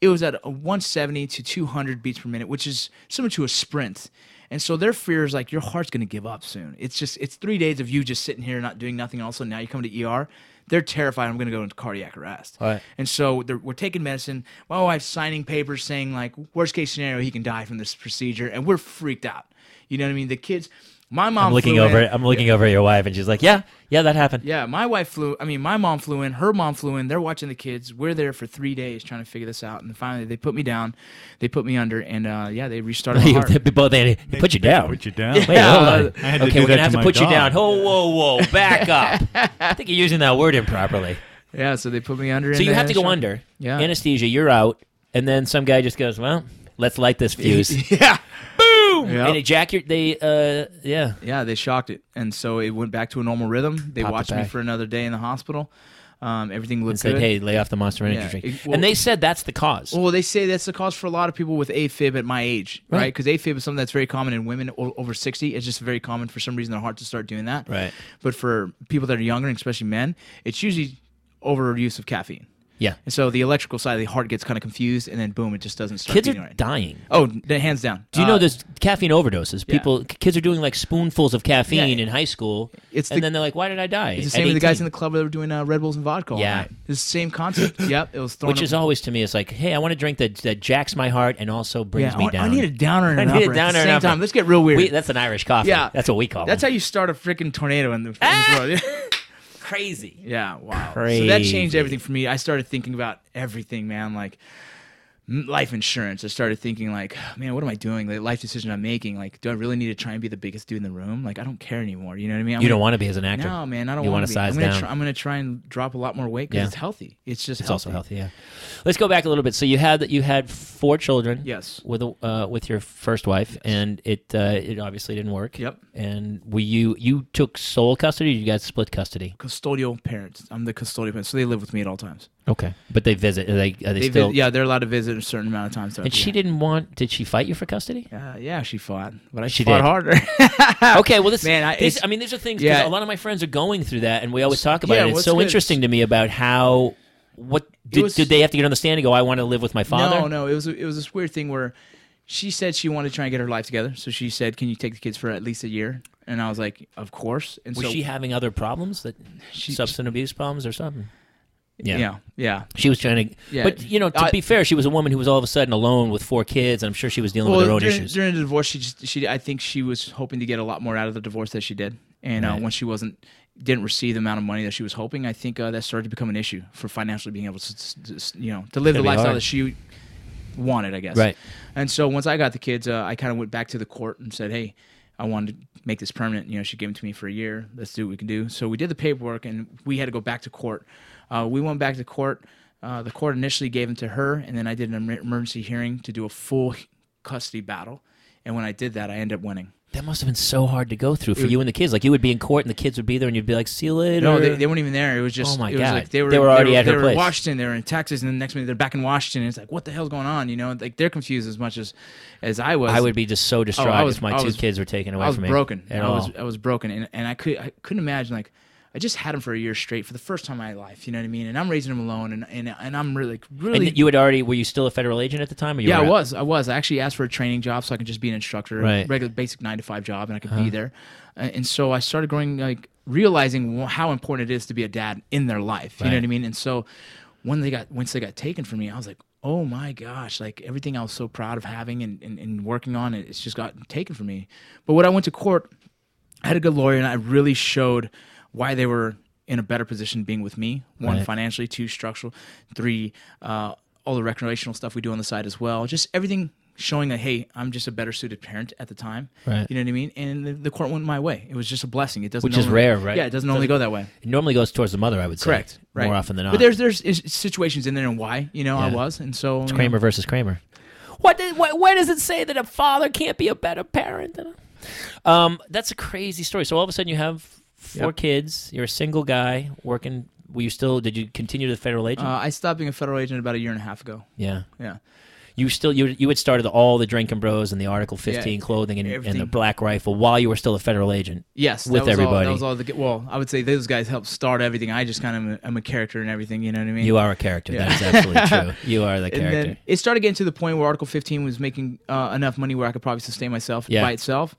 Speaker 3: It was at a 170 to 200 beats per minute, which is similar to a sprint. And so their fear is like your heart's going to give up soon. It's just it's three days of you just sitting here not doing nothing. And also now you come to ER. They're terrified. I'm going to go into cardiac arrest.
Speaker 1: Right.
Speaker 3: And so they're, we're taking medicine. My wife's signing papers saying like worst case scenario he can die from this procedure, and we're freaked out. You know what I mean? The kids. My mom.
Speaker 1: I'm looking
Speaker 3: flew
Speaker 1: over.
Speaker 3: in-
Speaker 1: I'm looking over at your wife, and she's like, "Yeah, yeah, that happened."
Speaker 3: Yeah, my wife flew. I mean, my mom flew in. Her mom flew in. They're watching the kids. We're there for three days trying to figure this out, and finally they put me down. They put me under, and uh, yeah, they restarted my
Speaker 1: You-
Speaker 3: heart.
Speaker 1: they, both- they- they put you down.
Speaker 2: Put you down.
Speaker 1: Wait, hold on.
Speaker 2: I had to
Speaker 1: okay,
Speaker 2: do
Speaker 1: we're
Speaker 2: that
Speaker 1: gonna have
Speaker 2: to
Speaker 1: to
Speaker 2: my
Speaker 1: put you
Speaker 2: dog.
Speaker 1: down. Whoa, whoa, whoa! Back up. I think you're using that word improperly.
Speaker 3: yeah, so they put me under. uh,
Speaker 1: So you have to go under.
Speaker 3: Yeah.
Speaker 1: Anesthesia, you're out. And then some guy just goes, well, let's light this fuse.
Speaker 3: Yeah. Boom.
Speaker 1: And ejaculate, they, uh, yeah.
Speaker 3: Yeah, they shocked it, and so it went back to a normal rhythm. They
Speaker 1: Pop it
Speaker 3: watched me
Speaker 1: back.
Speaker 3: for another day in the hospital. Um, everything
Speaker 1: And
Speaker 3: looked
Speaker 1: said,
Speaker 3: good.
Speaker 1: hey, lay off the monster energy
Speaker 3: Yeah,
Speaker 1: drink.
Speaker 3: it- well-
Speaker 1: and they said that's the cause.
Speaker 3: Well, they say that's the cause for a lot of people with AFib at my age, right? Because AFib is something that's very common in women o- over 60. It's just very common for some reason their heart to start doing that.
Speaker 1: Right.
Speaker 3: But for people that are younger, and especially men, it's usually overuse of caffeine.
Speaker 1: Yeah.
Speaker 3: And so the electrical side of the heart gets kind of confused, and then boom, it just doesn't start
Speaker 1: Kids
Speaker 3: beating
Speaker 1: are
Speaker 3: right.
Speaker 1: dying.
Speaker 3: oh, d- hands down.
Speaker 1: Do you
Speaker 3: Uh,
Speaker 1: know there's caffeine overdoses?
Speaker 3: yeah.
Speaker 1: People, kids are doing like spoonfuls of caffeine
Speaker 3: Yeah.
Speaker 1: in high school,
Speaker 3: It's
Speaker 1: and
Speaker 3: the-
Speaker 1: then they're like, "Why did I die?"
Speaker 3: It's the
Speaker 1: at
Speaker 3: same with the guys
Speaker 1: 18?
Speaker 3: in the club that were doing uh, Red Bulls and vodka. all
Speaker 1: Yeah.
Speaker 3: night. It's the same concept. yep, it was thrown.
Speaker 1: Which is always to me, it's like, "Hey, I want a drink that that jacks my heart and also brings
Speaker 3: yeah,
Speaker 1: me
Speaker 3: I-
Speaker 1: down."
Speaker 3: I need a downer and
Speaker 1: I
Speaker 3: an
Speaker 1: need a
Speaker 3: upper at
Speaker 1: downer
Speaker 3: the
Speaker 1: and
Speaker 3: same
Speaker 1: upper.
Speaker 3: time. Let's get real weird.
Speaker 1: We- that's an Irish coffee.
Speaker 3: Yeah.
Speaker 1: that's what we call
Speaker 3: That's
Speaker 1: them. Ah!
Speaker 3: how you start a freaking tornado in, the, in this world.
Speaker 1: crazy.
Speaker 3: yeah, wow. So that changed
Speaker 1: Crazy.
Speaker 3: everything for me. I started thinking about everything, man. Like m- life insurance. I started thinking, like, man, what am I doing? The life decision I'm making. Like, do I really need to try and be the biggest dude in the room? Like, I don't care anymore. You know what I mean? I'm
Speaker 1: You
Speaker 3: gonna-
Speaker 1: don't want to be as an actor.
Speaker 3: No, man, I don't
Speaker 1: You
Speaker 3: want
Speaker 1: wanna
Speaker 3: to be.
Speaker 1: size
Speaker 3: I'm gonna
Speaker 1: down.
Speaker 3: Try, I'm going to try and drop a lot more weight because
Speaker 1: Yeah.
Speaker 3: it's healthy. It's just
Speaker 1: It's also healthy. Yeah. Let's go back a little bit. So you had that you had four children.
Speaker 3: Yes.
Speaker 1: With a, uh, with your first wife, and it uh, it obviously didn't work.
Speaker 3: Yep.
Speaker 1: And were you you took sole custody? or You guys split custody.
Speaker 3: Custodial parents. I'm the custodial parent, so they live with me at all times.
Speaker 1: Okay. But they visit. Are they are they,
Speaker 3: They vi-
Speaker 1: still?
Speaker 3: yeah, they're allowed to visit a certain amount of times. throughout
Speaker 1: And
Speaker 3: the
Speaker 1: she
Speaker 3: year.
Speaker 1: didn't want. Did she fight you for custody?
Speaker 3: Uh, yeah, she fought, but I
Speaker 1: She
Speaker 3: fought
Speaker 1: did.
Speaker 3: harder.
Speaker 1: Okay, well, this,
Speaker 3: Man, I-
Speaker 1: this-
Speaker 3: it's-
Speaker 1: I mean, these are things because
Speaker 3: yeah.
Speaker 1: a lot of my friends are going through that, and we always talk about
Speaker 3: Yeah,
Speaker 1: it. It's
Speaker 3: what's
Speaker 1: so
Speaker 3: good?
Speaker 1: interesting to me about how what did,
Speaker 3: was-
Speaker 1: did they have to get on the stand and go? I want to live with my father.
Speaker 3: No, no, it was it was this weird thing where she said she wanted to try and get her life together, so she said, "Can you take the kids for at least a year?" And I was like, "Of course." And
Speaker 1: Was
Speaker 3: so
Speaker 1: she having other problems that
Speaker 3: She-
Speaker 1: substance abuse problems or something?
Speaker 3: yeah, yeah,
Speaker 1: She was trying to,
Speaker 3: Yeah.
Speaker 1: but you know, to
Speaker 3: I-
Speaker 1: be fair, she was a woman who was all of a sudden alone with four kids, and I'm sure she was dealing with her own
Speaker 3: during,
Speaker 1: issues.
Speaker 3: during the divorce, she just she I think she was hoping to get a lot more out of the divorce that she did, and uh,
Speaker 1: Right.
Speaker 3: when she wasn't didn't receive the amount of money that she was hoping, I think uh, that started to become an issue for financially being able to, s- s- you know, to live the
Speaker 1: gotta be
Speaker 3: lifestyle
Speaker 1: hard.
Speaker 3: that she wanted, I guess.
Speaker 1: Right.
Speaker 3: And so once I got the kids, uh, I kind of went back to the court and said, "Hey, I wanted to make this permanent. You know, she gave them to me for a year. Let's do what we can do." So we did the paperwork, and we had to go back to court. Uh, we went back to court. Uh, the court initially gave them to her, and then I did an emer- emergency hearing to do a full custody battle. And when I did that, I ended up winning.
Speaker 1: That must have been so hard to go through for you and the kids. Like you would be in court, and the kids would be there, and you'd be like, "See you later."
Speaker 3: No, they, they weren't even there. It was just
Speaker 1: Oh my
Speaker 3: it was
Speaker 1: God.
Speaker 3: like they were
Speaker 1: They were already
Speaker 3: they were,
Speaker 1: at her
Speaker 3: they were
Speaker 1: place.
Speaker 3: in Washington, they were in Texas, and the next minute they're back in Washington. And it's like, what the hell's going on? You know, like they're confused as much as as I was.
Speaker 1: I would be just so distraught
Speaker 3: was-
Speaker 1: if my
Speaker 3: Oh, I
Speaker 1: two
Speaker 3: was-
Speaker 1: kids were taken away
Speaker 3: I was
Speaker 1: from me.
Speaker 3: broken.
Speaker 1: at
Speaker 3: I was
Speaker 1: all.
Speaker 3: I was broken, and, and I could I couldn't imagine like I just had him for a year straight for the first time in my life. You know what I mean? And I'm raising him alone, and and, and I'm really like, really.
Speaker 1: And you had already were you still a federal agent at the time? Or you
Speaker 3: yeah,
Speaker 1: were
Speaker 3: I
Speaker 1: out?
Speaker 3: was. I was. I actually asked for a training job so I could just be an instructor, a
Speaker 1: Right. Uh-huh.
Speaker 3: regular basic nine to five job, and I could be there. Uh, And so I started growing, like realizing wh- how important it is to be a dad in their life. You know what I
Speaker 1: Right.
Speaker 3: mean? And so when they got once they got taken from me, I was like, oh my gosh, like everything I was so proud of having and, and, and working on, it, it's just got taken from me. But when I went to court, I had a good lawyer, and I really showed why they were in a better position being with me. One,
Speaker 1: Right.
Speaker 3: financially. Two, structural. Three, uh, all the recreational stuff we do on the side as well. Just everything showing that hey, I'm just a better suited parent at the time.
Speaker 1: Right.
Speaker 3: You know what I mean? And the, the court went my way. It was just a blessing. It doesn't
Speaker 1: Which is
Speaker 3: normally-
Speaker 1: rare, right?
Speaker 3: Yeah, it doesn't normally go that way.
Speaker 1: It normally goes towards the mother, I would say.
Speaker 3: Correct. Right.
Speaker 1: More often than not.
Speaker 3: But there's there's is- situations in there and why you know I
Speaker 1: Yeah.
Speaker 3: was and so you know,
Speaker 1: Kramer versus Kramer. What did, wh- where does it say that a father can't be a better parent? Than a... Um, that's a crazy story. So all of a sudden you have four
Speaker 3: Yep.
Speaker 1: kids. You're a single guy working. Were you still? Did you continue to the federal agent?
Speaker 3: uh, I stopped being a federal agent about a year and a half ago.
Speaker 1: yeah.
Speaker 3: Yeah.
Speaker 1: You still you you had started all the drinking bros and the Article 15
Speaker 3: Yeah,
Speaker 1: clothing and, and the
Speaker 3: everything.
Speaker 1: Black Rifle while you were still a federal agent.
Speaker 3: Yes,
Speaker 1: with
Speaker 3: that was All,
Speaker 1: everybody.
Speaker 3: that was all the well. I would say those guys helped start everything. I just kind of am a, I'm a character and everything. You know what I mean?
Speaker 1: You are a character. That is absolutely true. You are the
Speaker 3: and
Speaker 1: character.
Speaker 3: then it started getting to the point where Article 15 was making uh, enough money where I could probably sustain myself
Speaker 1: Yeah.
Speaker 3: by itself.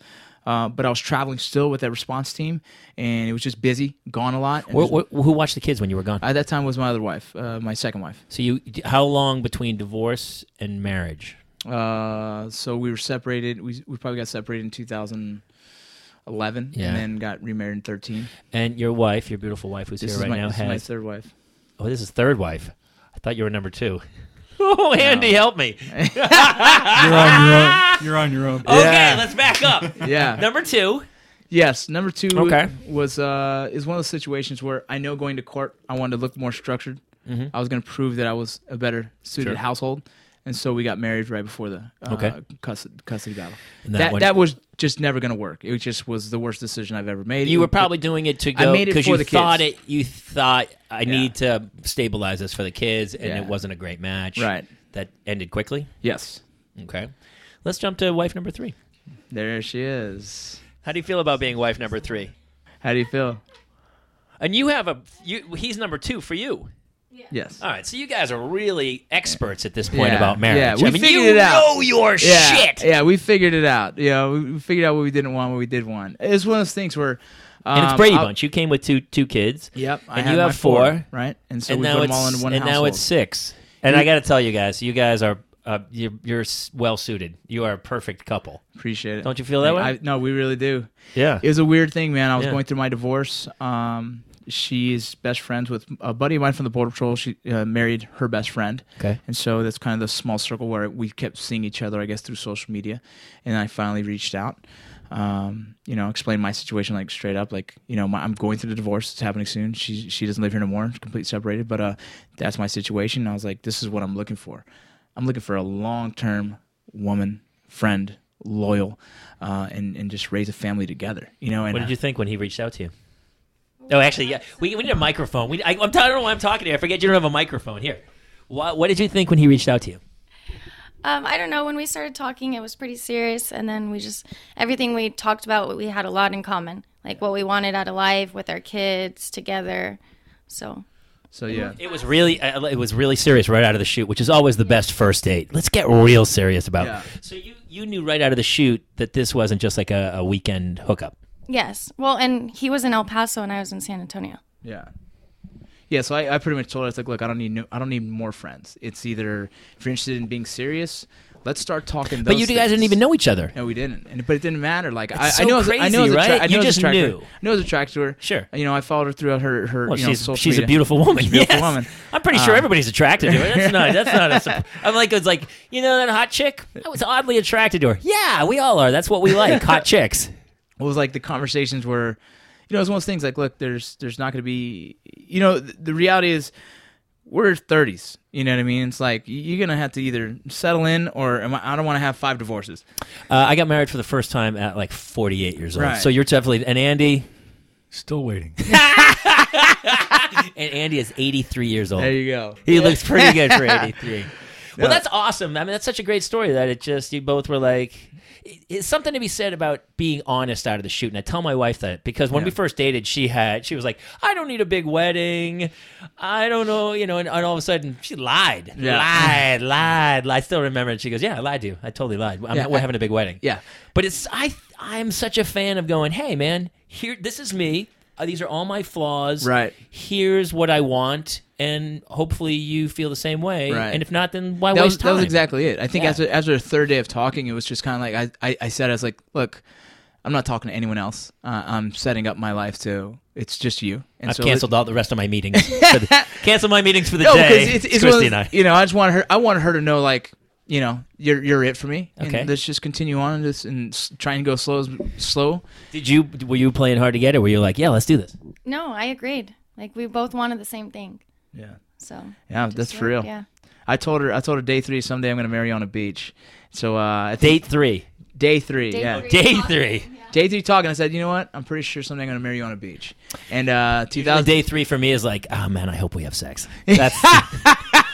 Speaker 3: Uh, but I was traveling still with that response team, and it was just busy, gone a lot. and
Speaker 1: Wh-
Speaker 3: just-
Speaker 1: wh- who watched the kids when you were gone?
Speaker 3: at that time was my other wife, uh, my second wife.
Speaker 1: So you, how long between divorce and marriage?
Speaker 3: Uh, so we were separated. We we probably got separated in 2011,
Speaker 1: Yeah.
Speaker 3: and then got remarried in 13.
Speaker 1: And your wife, your beautiful wife, who's
Speaker 3: This
Speaker 1: here
Speaker 3: is
Speaker 1: right
Speaker 3: my
Speaker 1: now,
Speaker 3: this is my
Speaker 1: has.
Speaker 3: third wife.
Speaker 1: Oh, this is third wife. I thought you were number two. Oh, Andy, help me.
Speaker 2: You're on your own. Oh. You're on your own.
Speaker 1: Okay, let's back up.
Speaker 3: Yeah.
Speaker 1: number two.
Speaker 3: Yes, number two
Speaker 1: Okay.
Speaker 3: was uh, is one of those situations where I know going to court, I wanted to look more structured. I was going to prove that I was a better suited
Speaker 1: Mm-hmm. Sure.
Speaker 3: household, and so we got married right before the uh,
Speaker 1: Okay.
Speaker 3: custody, custody battle.
Speaker 1: And that
Speaker 3: that that,
Speaker 1: one-
Speaker 3: was just never going to work. It just was the worst decision I've ever made.
Speaker 1: You
Speaker 3: It-
Speaker 1: were probably doing it to
Speaker 3: I
Speaker 1: go
Speaker 3: made it
Speaker 1: because
Speaker 3: for
Speaker 1: you
Speaker 3: the kids.
Speaker 1: thought it. You thought I need to stabilize this for the kids, and
Speaker 3: Yeah.
Speaker 1: it wasn't a great match.
Speaker 3: Right.
Speaker 1: That ended quickly.
Speaker 3: yes.
Speaker 1: Okay. Let's jump to wife number three.
Speaker 3: There she is.
Speaker 1: How do you feel about being wife number three?
Speaker 3: How do you feel?
Speaker 1: And you have a you. He's number two for you.
Speaker 3: Yes.
Speaker 1: All right, so you guys are really experts at this point
Speaker 3: Yeah.
Speaker 1: about marriage.
Speaker 3: Yeah, we
Speaker 1: I mean,
Speaker 3: figured
Speaker 1: you
Speaker 3: it out.
Speaker 1: know your
Speaker 3: yeah,
Speaker 1: shit.
Speaker 3: Yeah, we figured it out. You know, we we figured out what we didn't want, what we did want. It's one of those things where. Um,
Speaker 1: And it's Brady
Speaker 3: I'll-
Speaker 1: Bunch. You came with two two kids.
Speaker 3: Yep. I
Speaker 1: and
Speaker 3: had
Speaker 1: you
Speaker 3: my
Speaker 1: have four.
Speaker 3: Right? And so
Speaker 1: and
Speaker 3: we
Speaker 1: now
Speaker 3: put them
Speaker 1: it's
Speaker 3: all in one
Speaker 1: and now
Speaker 3: household.
Speaker 1: it's six. And I got to tell you guys, you guys are uh, you're, you're well suited. You are a perfect couple.
Speaker 3: Appreciate it.
Speaker 1: Don't you feel that
Speaker 3: I-
Speaker 1: way?
Speaker 3: I, no, we really do.
Speaker 1: Yeah.
Speaker 3: It was a weird thing, man. I was
Speaker 1: Yeah.
Speaker 3: going through my divorce. Um, she's best friends with a buddy of mine from the Border Patrol. She uh, married her best friend.
Speaker 1: Okay.
Speaker 3: And so that's kind of the small circle where we kept seeing each other, I guess, through social media. And I finally reached out, um, you know, explained my situation like straight up, like, you know, my, I'm going through the divorce. It's happening soon. She she doesn't live here anymore. It's completely separated. But uh, that's my situation. And I was like, this is what I'm looking for. I'm looking for a long term woman, friend, loyal, uh, and and just raise a family together. You know. And
Speaker 1: What did you think when he reached out to you? Oh, actually, yeah. We, we need a microphone. We, I, I'm, I don't know why I'm talking to you. I forget you don't have a microphone here. What, what did you think when he reached out to you?
Speaker 4: Um, I don't know. When we started talking, it was pretty serious, and then we just everything we talked about, we had a lot in common, like what we wanted out of life with our kids together. So
Speaker 3: so yeah.
Speaker 1: It was really uh, it was really serious right out of the shoot, which is always the best first date. Let's get real serious about.
Speaker 3: Yeah.
Speaker 1: It. So you you knew right out of the shoot that this wasn't just like a, a weekend hookup.
Speaker 4: yes, well, and he was in El Paso, and I was in San Antonio.
Speaker 3: Yeah. Yeah, so I, I pretty much told her, I was like, look, I don't need no, I don't need more friends. It's either if you're interested in being serious, let's start talking. Those
Speaker 1: But you guys didn't even know each other.
Speaker 3: No, we didn't. And but it didn't matter. Like I,
Speaker 1: so
Speaker 3: I know, I was- I
Speaker 1: crazy,
Speaker 3: know, I was attra-
Speaker 1: right?
Speaker 3: I
Speaker 1: You
Speaker 3: know I was
Speaker 1: just
Speaker 3: attracted-
Speaker 1: knew.
Speaker 3: I know, I was attracted to her.
Speaker 1: Sure.
Speaker 3: You know, I followed her throughout her her.
Speaker 1: Well,
Speaker 3: you know,
Speaker 1: she's
Speaker 3: social
Speaker 1: she's a
Speaker 3: media.
Speaker 1: beautiful woman.
Speaker 3: She's a beautiful
Speaker 1: yes.
Speaker 3: woman.
Speaker 1: I'm pretty sure
Speaker 3: Um,
Speaker 1: everybody's attracted to her. That's not. That's not. A, sup- I'm like it's like you know that hot chick. I was oddly attracted to her. Yeah, we all are. That's what we like. Hot chicks.
Speaker 3: It was like the conversations were, you know, it's one of those things like, look, there's there's not going to be, you know, the, the reality is we're 30s. You know what I mean? It's like y- you're going to have to either settle in or am I, I don't want to have five divorces.
Speaker 1: Uh, I got married for the first time at like 48 years old.
Speaker 3: Right.
Speaker 1: So you're definitely and Andy
Speaker 2: Still waiting.
Speaker 1: and Andy is 83 years old.
Speaker 3: There you go.
Speaker 1: He looks pretty good for 83. Well, that's awesome. I mean, that's such a great story that it just, you both were like, it- it's something to be said about being honest out of the shoot. And I tell my wife that because when we first dated, she had, she was like, I don't need a big wedding. I don't know, you know, and, and all of a sudden she lied,
Speaker 3: Yeah.
Speaker 1: lied, lied, lied. I still remember it. She goes, Yeah, I lied to you. I totally lied. I'm,
Speaker 3: Yeah,
Speaker 1: we're
Speaker 3: I-
Speaker 1: having a big wedding.
Speaker 3: Yeah.
Speaker 1: But it's I I'm such a fan of going, hey man, here this is me. Uh, These are all my flaws.
Speaker 3: Right.
Speaker 1: Here's what I want, and hopefully you feel the same way.
Speaker 3: Right.
Speaker 1: And if not, then why
Speaker 3: that was,
Speaker 1: waste time?
Speaker 3: that was exactly it. I think
Speaker 1: Yeah.
Speaker 3: after after the third day of talking, it was just kind of like I, I, I said I was like, look, I'm not talking to anyone else. Uh, I'm setting up my life to it's just you. And
Speaker 1: I've canceled all the rest of my meetings. for the- cancel my meetings for the
Speaker 3: No,
Speaker 1: day.
Speaker 3: because it's, it's
Speaker 1: Christy
Speaker 3: one of
Speaker 1: and
Speaker 3: those-
Speaker 1: I.
Speaker 3: You know, I just want her. I want her to know like. You know, you're you're it for me. and
Speaker 1: Okay.
Speaker 3: let's just continue on and just and s- try and go slow, as- slow.
Speaker 1: Did you were you playing hard to get, or were you like, yeah, let's do this?
Speaker 4: No, I agreed. Like we both wanted the same thing.
Speaker 3: Yeah,
Speaker 4: So
Speaker 3: yeah,
Speaker 4: just
Speaker 3: that's for real.
Speaker 4: worked, Yeah.
Speaker 3: I told her. I told her day three someday I'm gonna marry you on a beach. So uh, I think
Speaker 1: Date three.
Speaker 3: day three. yeah,
Speaker 4: three.
Speaker 1: Day three.
Speaker 3: Day three talking, I said, you know what? I'm pretty sure someday I'm gonna marry you on a beach. And uh, 2000.
Speaker 1: Day three for me is like, oh man, I hope we have sex. That's. I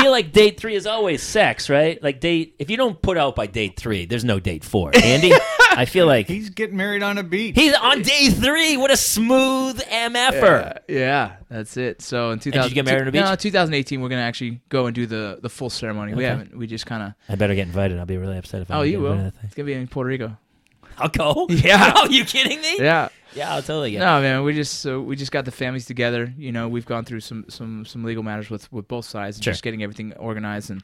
Speaker 1: feel like date three is always sex, right? Like date. If you don't put out by date three, there's no date four. Andy, I feel like
Speaker 2: He's getting married on a beach.
Speaker 1: he's on day three. What a smooth mf'er.
Speaker 3: uh, yeah, that's it. So in 2000,
Speaker 1: you get married on a beach?
Speaker 3: No, 2018, we're gonna actually go and do the the full ceremony. We haven't. We just kind of.
Speaker 1: I better get invited. I'll be really upset if I.
Speaker 3: Oh,
Speaker 1: don't
Speaker 3: you
Speaker 1: get
Speaker 3: will.
Speaker 1: invited to that thing.
Speaker 3: It's gonna be in Puerto Rico.
Speaker 1: I'll go.
Speaker 3: Yeah.
Speaker 1: Are you kidding me?
Speaker 3: Yeah.
Speaker 1: Yeah, I'll totally get.
Speaker 3: No, man. We just so we just got the families together. You know, we've gone through some some some legal matters with with both sides, and
Speaker 1: Sure.
Speaker 3: just getting everything organized. And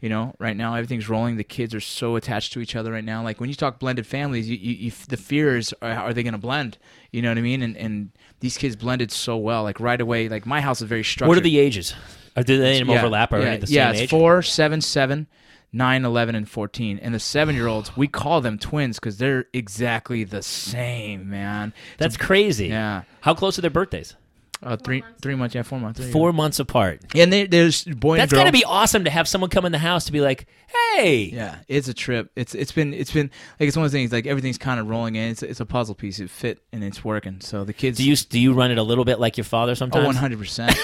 Speaker 3: you know, right now everything's rolling. The kids are so attached to each other right now. Like when you talk blended families, you, you, you the fears are, are they going to blend? You know what I mean? And and these kids blended so well. Like right away. Like my house is very structured.
Speaker 1: What are the ages? Or do they
Speaker 3: Yeah,
Speaker 1: overlap? Or
Speaker 3: yeah,
Speaker 1: are they the
Speaker 3: yeah,
Speaker 1: same
Speaker 3: it's
Speaker 1: age?
Speaker 3: four, seven, seven, nine, eleven, and fourteen. And the seven-year-olds, we call them twins because they're exactly the same, man.
Speaker 1: That's crazy.
Speaker 3: Yeah.
Speaker 1: How close are their birthdays?
Speaker 3: Uh, three, three months. Yeah, four months. There you go.
Speaker 1: Four months apart.
Speaker 3: Yeah, and they, there's boy
Speaker 1: That's
Speaker 3: and girl.
Speaker 1: gotta be awesome to have someone come in the house to be like, "Hey,
Speaker 3: Yeah, it's a trip. It's it's been it's been like it's one of those things like everything's kind of rolling in. It's it's a puzzle piece. It fit and it's working. So the kids.
Speaker 1: Do you do you run it a little bit like your father
Speaker 3: Oh,
Speaker 1: sometimes?
Speaker 3: one hundred percent.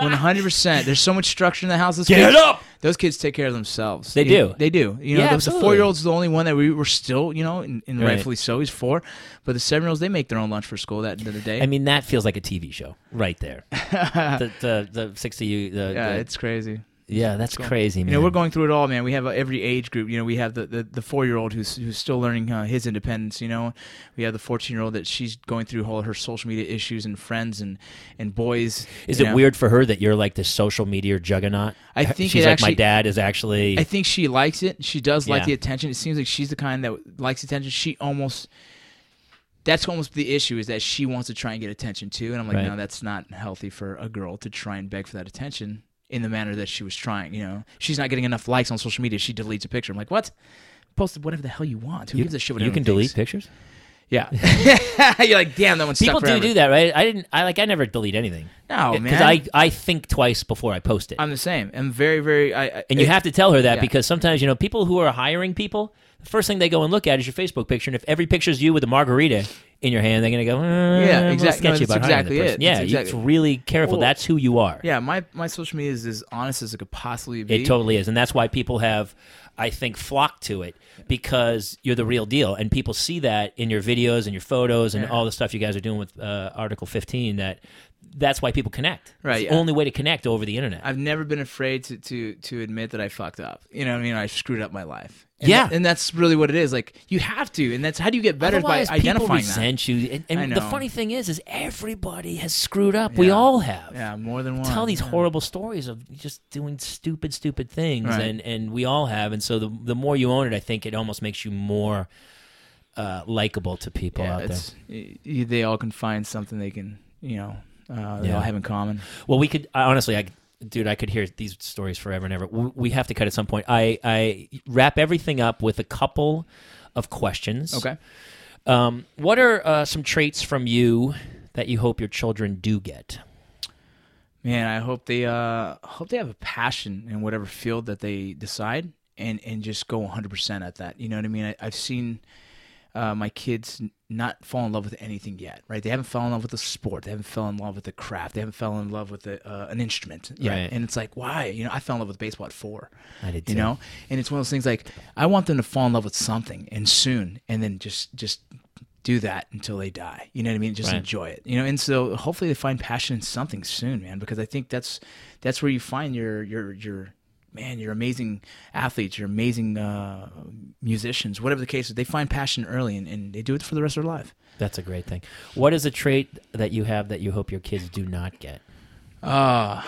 Speaker 3: One hundred percent. There's so much structure in the house. Those
Speaker 1: Get
Speaker 3: kids,
Speaker 1: up!
Speaker 3: Those kids take care of themselves.
Speaker 1: They
Speaker 3: You-
Speaker 1: do.
Speaker 3: They do. You know,
Speaker 1: Yeah,
Speaker 3: the- the,
Speaker 1: absolutely.
Speaker 3: four year old's the only one that we were still, you know, and, and
Speaker 1: Right.
Speaker 3: rightfully so, he's four. But the seven year olds, they make their own lunch for school that end of the day.
Speaker 1: I mean, that feels like a TV show right there. the, the the sixty. The, the-
Speaker 3: yeah, it's crazy.
Speaker 1: yeah, that's crazy, man.
Speaker 3: You know, we're going through it all, man. We have uh, every age group. You know, we have the, the, the four year old who's who's still learning uh, his independence. You know, we have the fourteen year old that she's going through all her social media issues and friends and and boys.
Speaker 1: Is
Speaker 3: you
Speaker 1: it
Speaker 3: know.
Speaker 1: weird for her that you're like this social media juggernaut?
Speaker 3: I think
Speaker 1: she's
Speaker 3: it
Speaker 1: like my
Speaker 3: actually-
Speaker 1: dad is actually.
Speaker 3: I think she likes it. She does like
Speaker 1: Yeah.
Speaker 3: the attention. It seems like she's the kind that likes attention. She almost that's almost the issue is that she wants to try and get attention too. And I'm like,
Speaker 1: Right.
Speaker 3: no, that's not healthy for a girl to try and beg for that attention in the manner that she was trying. You know, she's not getting enough likes on social media. She deletes a picture. I'm like, what? Post whatever the hell you want. Who
Speaker 1: you,
Speaker 3: gives a shit? What
Speaker 1: you
Speaker 3: anyone
Speaker 1: can delete
Speaker 3: thinks?
Speaker 1: pictures.
Speaker 3: Yeah, you're like, damn, that one's
Speaker 1: People
Speaker 3: stuck forever.
Speaker 1: do do that, right? I didn't. I like. I never delete anything.
Speaker 3: No,
Speaker 1: because
Speaker 3: man.
Speaker 1: I I think twice before I post it.
Speaker 3: I'm the same. I'm very, very. I, I
Speaker 1: and you
Speaker 3: it-
Speaker 1: have to tell her that
Speaker 3: yeah.
Speaker 1: because sometimes you know people who are hiring people, the first thing they go and look at is your Facebook picture, and if every picture's you with a margarita in your hand, they're gonna go,
Speaker 3: Yeah,
Speaker 1: yeah,
Speaker 3: exact- no,
Speaker 1: sketchy
Speaker 3: that's
Speaker 1: about hiring
Speaker 3: exactly
Speaker 1: that
Speaker 3: it.
Speaker 1: person." Yeah,
Speaker 3: That's
Speaker 1: you-
Speaker 3: exactly-
Speaker 1: it's really careful.
Speaker 3: Well,
Speaker 1: That's who you are.
Speaker 3: Yeah, my my social media is as honest as it could possibly be.
Speaker 1: It totally is, and that's why people have, I think, flocked to it because you're the real deal, and people see that in your videos and your photos and all the stuff you guys are doing with uh, Article 15. That that's why people connect.
Speaker 3: Right,
Speaker 1: It's
Speaker 3: yeah.
Speaker 1: the only way to connect over the internet.
Speaker 3: I've never been afraid to to to admit that I fucked up. You know what I mean? I screwed up my life. And
Speaker 1: Yeah.
Speaker 3: that- and that's really what it is. Like you have to, and that's how do you get better is
Speaker 1: Otherwise,
Speaker 3: by identifying
Speaker 1: people
Speaker 3: that.
Speaker 1: resent you. And,
Speaker 3: I
Speaker 1: and the
Speaker 3: know.
Speaker 1: funny thing is, is everybody has screwed up. We
Speaker 3: Yeah.
Speaker 1: all have.
Speaker 3: Yeah, more than one.
Speaker 1: Tell these
Speaker 3: yeah.
Speaker 1: horrible stories of just doing stupid, stupid things,
Speaker 3: Right.
Speaker 1: and and we all have. And so the the more you own it, I think it almost makes you more uh, likable to people
Speaker 3: Yeah,
Speaker 1: out there.
Speaker 3: it's, y- y- they all can find something they can, you know, uh, they
Speaker 1: Yeah.
Speaker 3: all have in common.
Speaker 1: Well, we could I, honestly, I dude, I could hear these stories forever and ever. We, we have to cut at some point. I I wrap everything up with a couple of questions.
Speaker 3: Okay.
Speaker 1: Um, what are uh, some traits from you that you hope your children do get?
Speaker 3: Man, I hope they uh hope they have a passion in whatever field that they decide and and just go 100% at that. You know what I mean? I, I've seen uh, my kids n- not fall in love with anything yet, right? They haven't fallen in love with a sport. They haven't fell in love with a craft. They haven't fell in love with a, uh, an instrument yet.
Speaker 1: Right.
Speaker 3: And it's like, why? You know, I fell in love with baseball at four.
Speaker 1: I did
Speaker 3: You
Speaker 1: too.
Speaker 3: know, and it's one of those things like I want them to fall in love with something and soon, and then just just do that until they die. You know what I mean? Just
Speaker 1: Right.
Speaker 3: enjoy it. You know, and so hopefully they find passion in something soon, man, because I think that's that's where you find your your your man, your amazing athletes, your amazing uh, musicians, whatever the case is. They find passion early and, and they do it for the rest of their life.
Speaker 1: That's a great thing. What is a trait that you have that you hope your kids do not get?
Speaker 3: Uh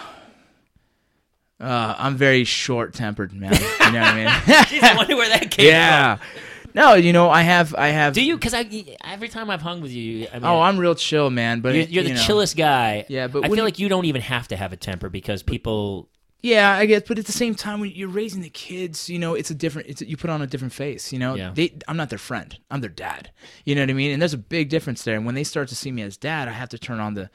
Speaker 3: uh, I'm very short tempered, man. You know what I mean?
Speaker 1: I wonder where that came
Speaker 3: yeah. No, you know, I have, I have.
Speaker 1: Do you? Because I every time I've hung with you, I mean,
Speaker 3: Oh, I'm real chill, man. But
Speaker 1: you're,
Speaker 3: it-
Speaker 1: you're the
Speaker 3: you know.
Speaker 1: chillest guy.
Speaker 3: Yeah, but
Speaker 1: I
Speaker 3: when
Speaker 1: feel
Speaker 3: you-
Speaker 1: like you don't even have to have a temper because people.
Speaker 3: Yeah, I guess. But at the same time, when you're raising the kids, you know, it's a different. It's you put on a different face. You know,
Speaker 1: Yeah.
Speaker 3: they. I'm not their friend. I'm their dad. You know what I mean? And there's a big difference there. And when they start to see me as dad, I have to turn on the.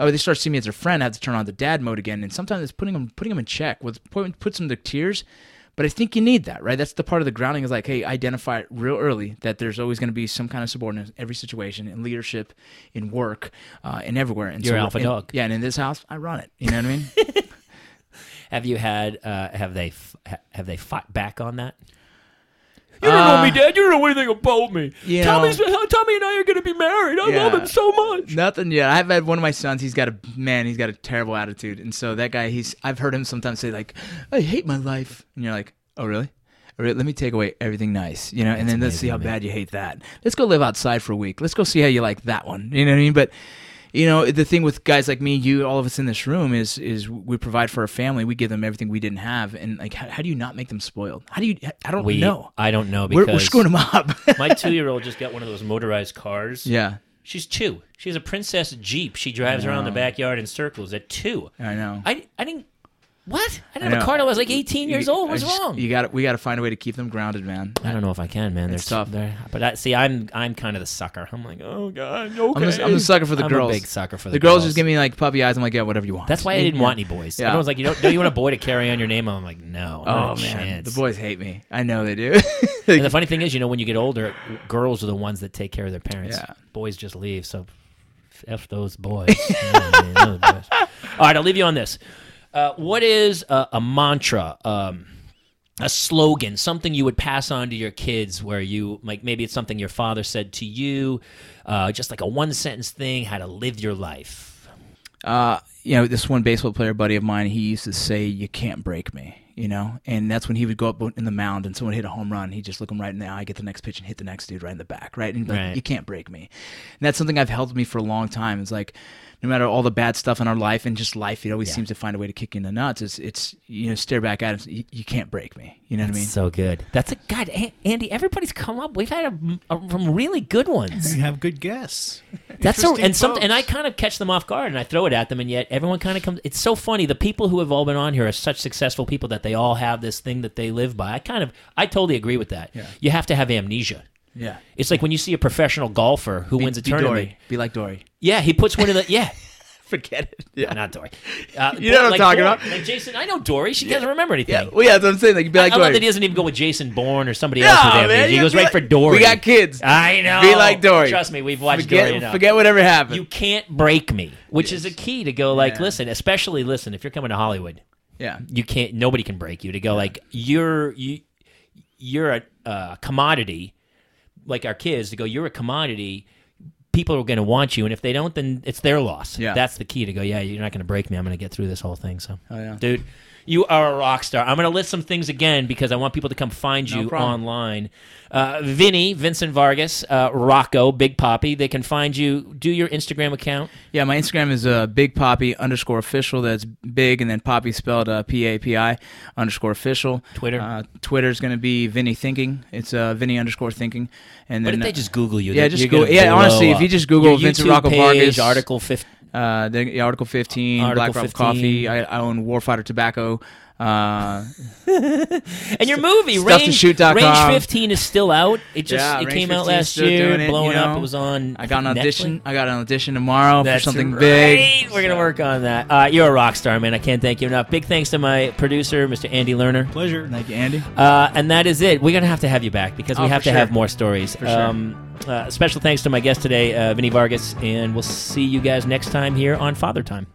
Speaker 3: Oh, they start to see me as their friend. I have to turn on the dad mode again. And sometimes it's putting them putting them in check. With puts them to tears. But I think you need that, right? That's the part of the grounding is like, hey, identify it real early that there's always going to be some kind of subordinate in every situation, in leadership, in work, uh, and everywhere. And
Speaker 1: You're alpha
Speaker 3: and-
Speaker 1: dog.
Speaker 3: Yeah, and in this house, I run it. You know what I mean?
Speaker 1: Have you had? Uh, have they? f- ha- Have they fought back on that?
Speaker 3: You don't know me, Uh,
Speaker 1: Dad. You don't know anything about me. uh,
Speaker 3: you Tommy's-
Speaker 1: Tommy and I are going to be married. I
Speaker 3: love Yeah. him
Speaker 1: so much.
Speaker 3: Nothing yet. I've had one of my sons. He's got a man. He's got a terrible attitude, and so that guy. He's. I've heard him sometimes say like, "I hate my life," and you're like, "Oh really?" All right, let me take away everything nice, you know, and then let's see how
Speaker 1: amazing, man.
Speaker 3: bad you hate that. Let's go live outside for a week. Let's go see how you like that one. You know what I mean? But you know, the thing with guys like me, you, all of us in this room, is is we provide for our family. We give them everything we didn't have, and like, how, how do you not make them spoiled? How do you? I don't
Speaker 1: We.
Speaker 3: know.
Speaker 1: I don't know because
Speaker 3: We're, we're screwing them up.
Speaker 1: my two-year-old just got one of those motorized cars.
Speaker 3: yeah,
Speaker 1: She's two. She has a princess jeep. She drives around the backyard in circles at two.
Speaker 3: I know.
Speaker 1: I, I didn't. What? I
Speaker 3: I
Speaker 1: didn't have a
Speaker 3: know.
Speaker 1: car till I was like 18 years
Speaker 3: You-
Speaker 1: old.
Speaker 3: I
Speaker 1: What's
Speaker 3: just-
Speaker 1: wrong?
Speaker 3: You got. We got to find a way to keep them grounded, man.
Speaker 1: I don't know if I can, man. There's
Speaker 3: It's tough.
Speaker 1: There, but I, see, I'm I'm kind of the sucker. I'm like, oh god, okay.
Speaker 3: I'm, a, I'm a sucker for the
Speaker 1: I'm a
Speaker 3: girls.
Speaker 1: big sucker for the,
Speaker 3: the, girls.
Speaker 1: girls.
Speaker 3: Just give me like puppy eyes. I'm like, yeah, whatever you want.
Speaker 1: That's why I didn't
Speaker 3: Yeah.
Speaker 1: want any boys.
Speaker 3: Yeah.
Speaker 1: Everyone's like, you don't, don't you want a boy to carry on your name? I'm like, no.
Speaker 3: Oh
Speaker 1: not a
Speaker 3: man,
Speaker 1: chance.
Speaker 3: the boys hate me. I know they do. Like,
Speaker 1: And the funny thing is, you know, when you get older, girls are the ones that take care of their parents.
Speaker 3: Yeah.
Speaker 1: Boys just leave. So F, F those boys. Yeah, man, those boys. All right, I'll leave you on this. Uh, what is a, a mantra? Um, a slogan, something you would pass on to your kids, where you like maybe it's something your father said to you, uh, just like a one sentence thing, how to live your life.
Speaker 3: uh, you know, this one baseball player buddy of mine, he used to say, "You can't break me," you know, and that's when he would go up in the mound and someone hit a home run, he'd just look him right in the eye, get the next pitch, and hit the next dude right in the back, right? And he'd be like,
Speaker 1: Right.
Speaker 3: you can't break me, and that's something I've held with me for a long time. It's like, no matter all the bad stuff in our life and just life, it always seems to find a way to kick you in the nuts. It's, it's you know, stare back at him, you, you can't break me. You know what I mean?
Speaker 1: So good. That's a God, A- Andy. Everybody's come up. We've had a, a, some really good ones.
Speaker 2: You have good guess.
Speaker 1: That's so,
Speaker 2: Interesting
Speaker 1: and some,
Speaker 2: folks.
Speaker 1: and I kind of catch them off guard and I throw it at them, and yet everyone kind of comes. It's so funny. The people who have all been on here are such successful people that they all have this thing that they live by. I kind of, I totally agree with that. You have to have amnesia.
Speaker 3: Yeah.
Speaker 1: It's like when you see a professional golfer who wins a
Speaker 3: be
Speaker 1: tournament.
Speaker 3: Dory. Be like Dory.
Speaker 1: Yeah, he puts one in the yeah.
Speaker 3: Forget it. Yeah.
Speaker 1: Not Dory. Uh,
Speaker 3: You know what I'm talking
Speaker 1: Bourne.
Speaker 3: about.
Speaker 1: Like Jason, I know Dory. She doesn't remember anything.
Speaker 3: Yeah, well, yeah, that's what I'm saying. Like, be like
Speaker 1: I love
Speaker 3: Dory.
Speaker 1: that he doesn't even go with Jason Bourne or somebody
Speaker 3: Yeah,
Speaker 1: else with amnesia.
Speaker 3: man,
Speaker 1: He
Speaker 3: you
Speaker 1: goes
Speaker 3: be
Speaker 1: right
Speaker 3: like-
Speaker 1: for Dory.
Speaker 3: We got kids.
Speaker 1: I know.
Speaker 3: Be like Dory.
Speaker 1: Trust me, we've watched Dory
Speaker 3: forget,
Speaker 1: enough.
Speaker 3: forget whatever happened.
Speaker 1: you can't break me, which is a key to go like,
Speaker 3: Yeah.
Speaker 1: listen, especially listen, if you're coming to Hollywood,
Speaker 3: yeah.
Speaker 1: you can't nobody can break you to go like you're you you're a uh, commodity like our kids to go you're a commodity people are going to want you and if they don't then it's their loss
Speaker 3: Yeah.
Speaker 1: that's the key to go yeah you're not going to break me i'm going to get through this whole thing so
Speaker 3: Oh, yeah.
Speaker 1: dude you are a rock star i'm going to list some things again because i want people to come find you
Speaker 3: problem.
Speaker 1: online uh, vinny vincent vargas uh, rocco big poppy they can find you do your instagram account
Speaker 3: Yeah, my Instagram is uh, big poppy underscore official. That's big, and then poppy spelled uh, P A P I underscore official.
Speaker 1: Twitter.
Speaker 3: Uh, Twitter is going to be Vinny Thinking. It's uh, Vinny underscore Thinking. And
Speaker 1: but
Speaker 3: then
Speaker 1: if they just google you
Speaker 3: yeah,
Speaker 1: they're-
Speaker 3: just
Speaker 1: you're
Speaker 3: go-
Speaker 1: gonna
Speaker 3: yeah,
Speaker 1: blow
Speaker 3: honestly, if
Speaker 1: up.
Speaker 3: you just Google
Speaker 1: Your
Speaker 3: Vincent
Speaker 1: YouTube
Speaker 3: Rocco
Speaker 1: page,
Speaker 3: Vargas-
Speaker 1: article 50
Speaker 3: uh, the, the Article 15,
Speaker 1: Article
Speaker 3: Black Rifle
Speaker 1: 15.
Speaker 3: Coffee. I, I own Warfighter Tobacco. Uh,
Speaker 1: And your movie,
Speaker 3: Stuff to
Speaker 1: Range,
Speaker 3: shoot.com.
Speaker 1: Range 15 is still out. It just
Speaker 3: Yeah,
Speaker 1: it
Speaker 3: Range
Speaker 1: came out
Speaker 3: 15 is
Speaker 1: last
Speaker 3: still
Speaker 1: year,
Speaker 3: doing it,
Speaker 1: blowing
Speaker 3: you
Speaker 1: up.
Speaker 3: know.
Speaker 1: It was on.
Speaker 3: I got an
Speaker 1: think,
Speaker 3: audition.
Speaker 1: Netflix?
Speaker 3: I got an audition tomorrow
Speaker 1: That's
Speaker 3: for something
Speaker 1: right.
Speaker 3: big.
Speaker 1: We're gonna work on that. Uh, you're a rock star, man. I can't thank you enough. Big thanks to my producer, Mr. Andy Lerner.
Speaker 2: Pleasure.
Speaker 3: Thank you, Andy.
Speaker 1: Uh, and that is it. We're going to have to have you back because we
Speaker 3: Oh,
Speaker 1: have
Speaker 3: for
Speaker 1: to
Speaker 3: sure.
Speaker 1: have more stories.
Speaker 3: sure.
Speaker 1: Um, uh, special thanks to my guest today, uh, Vinny Vargas, and we'll see you guys next time here on Father Time.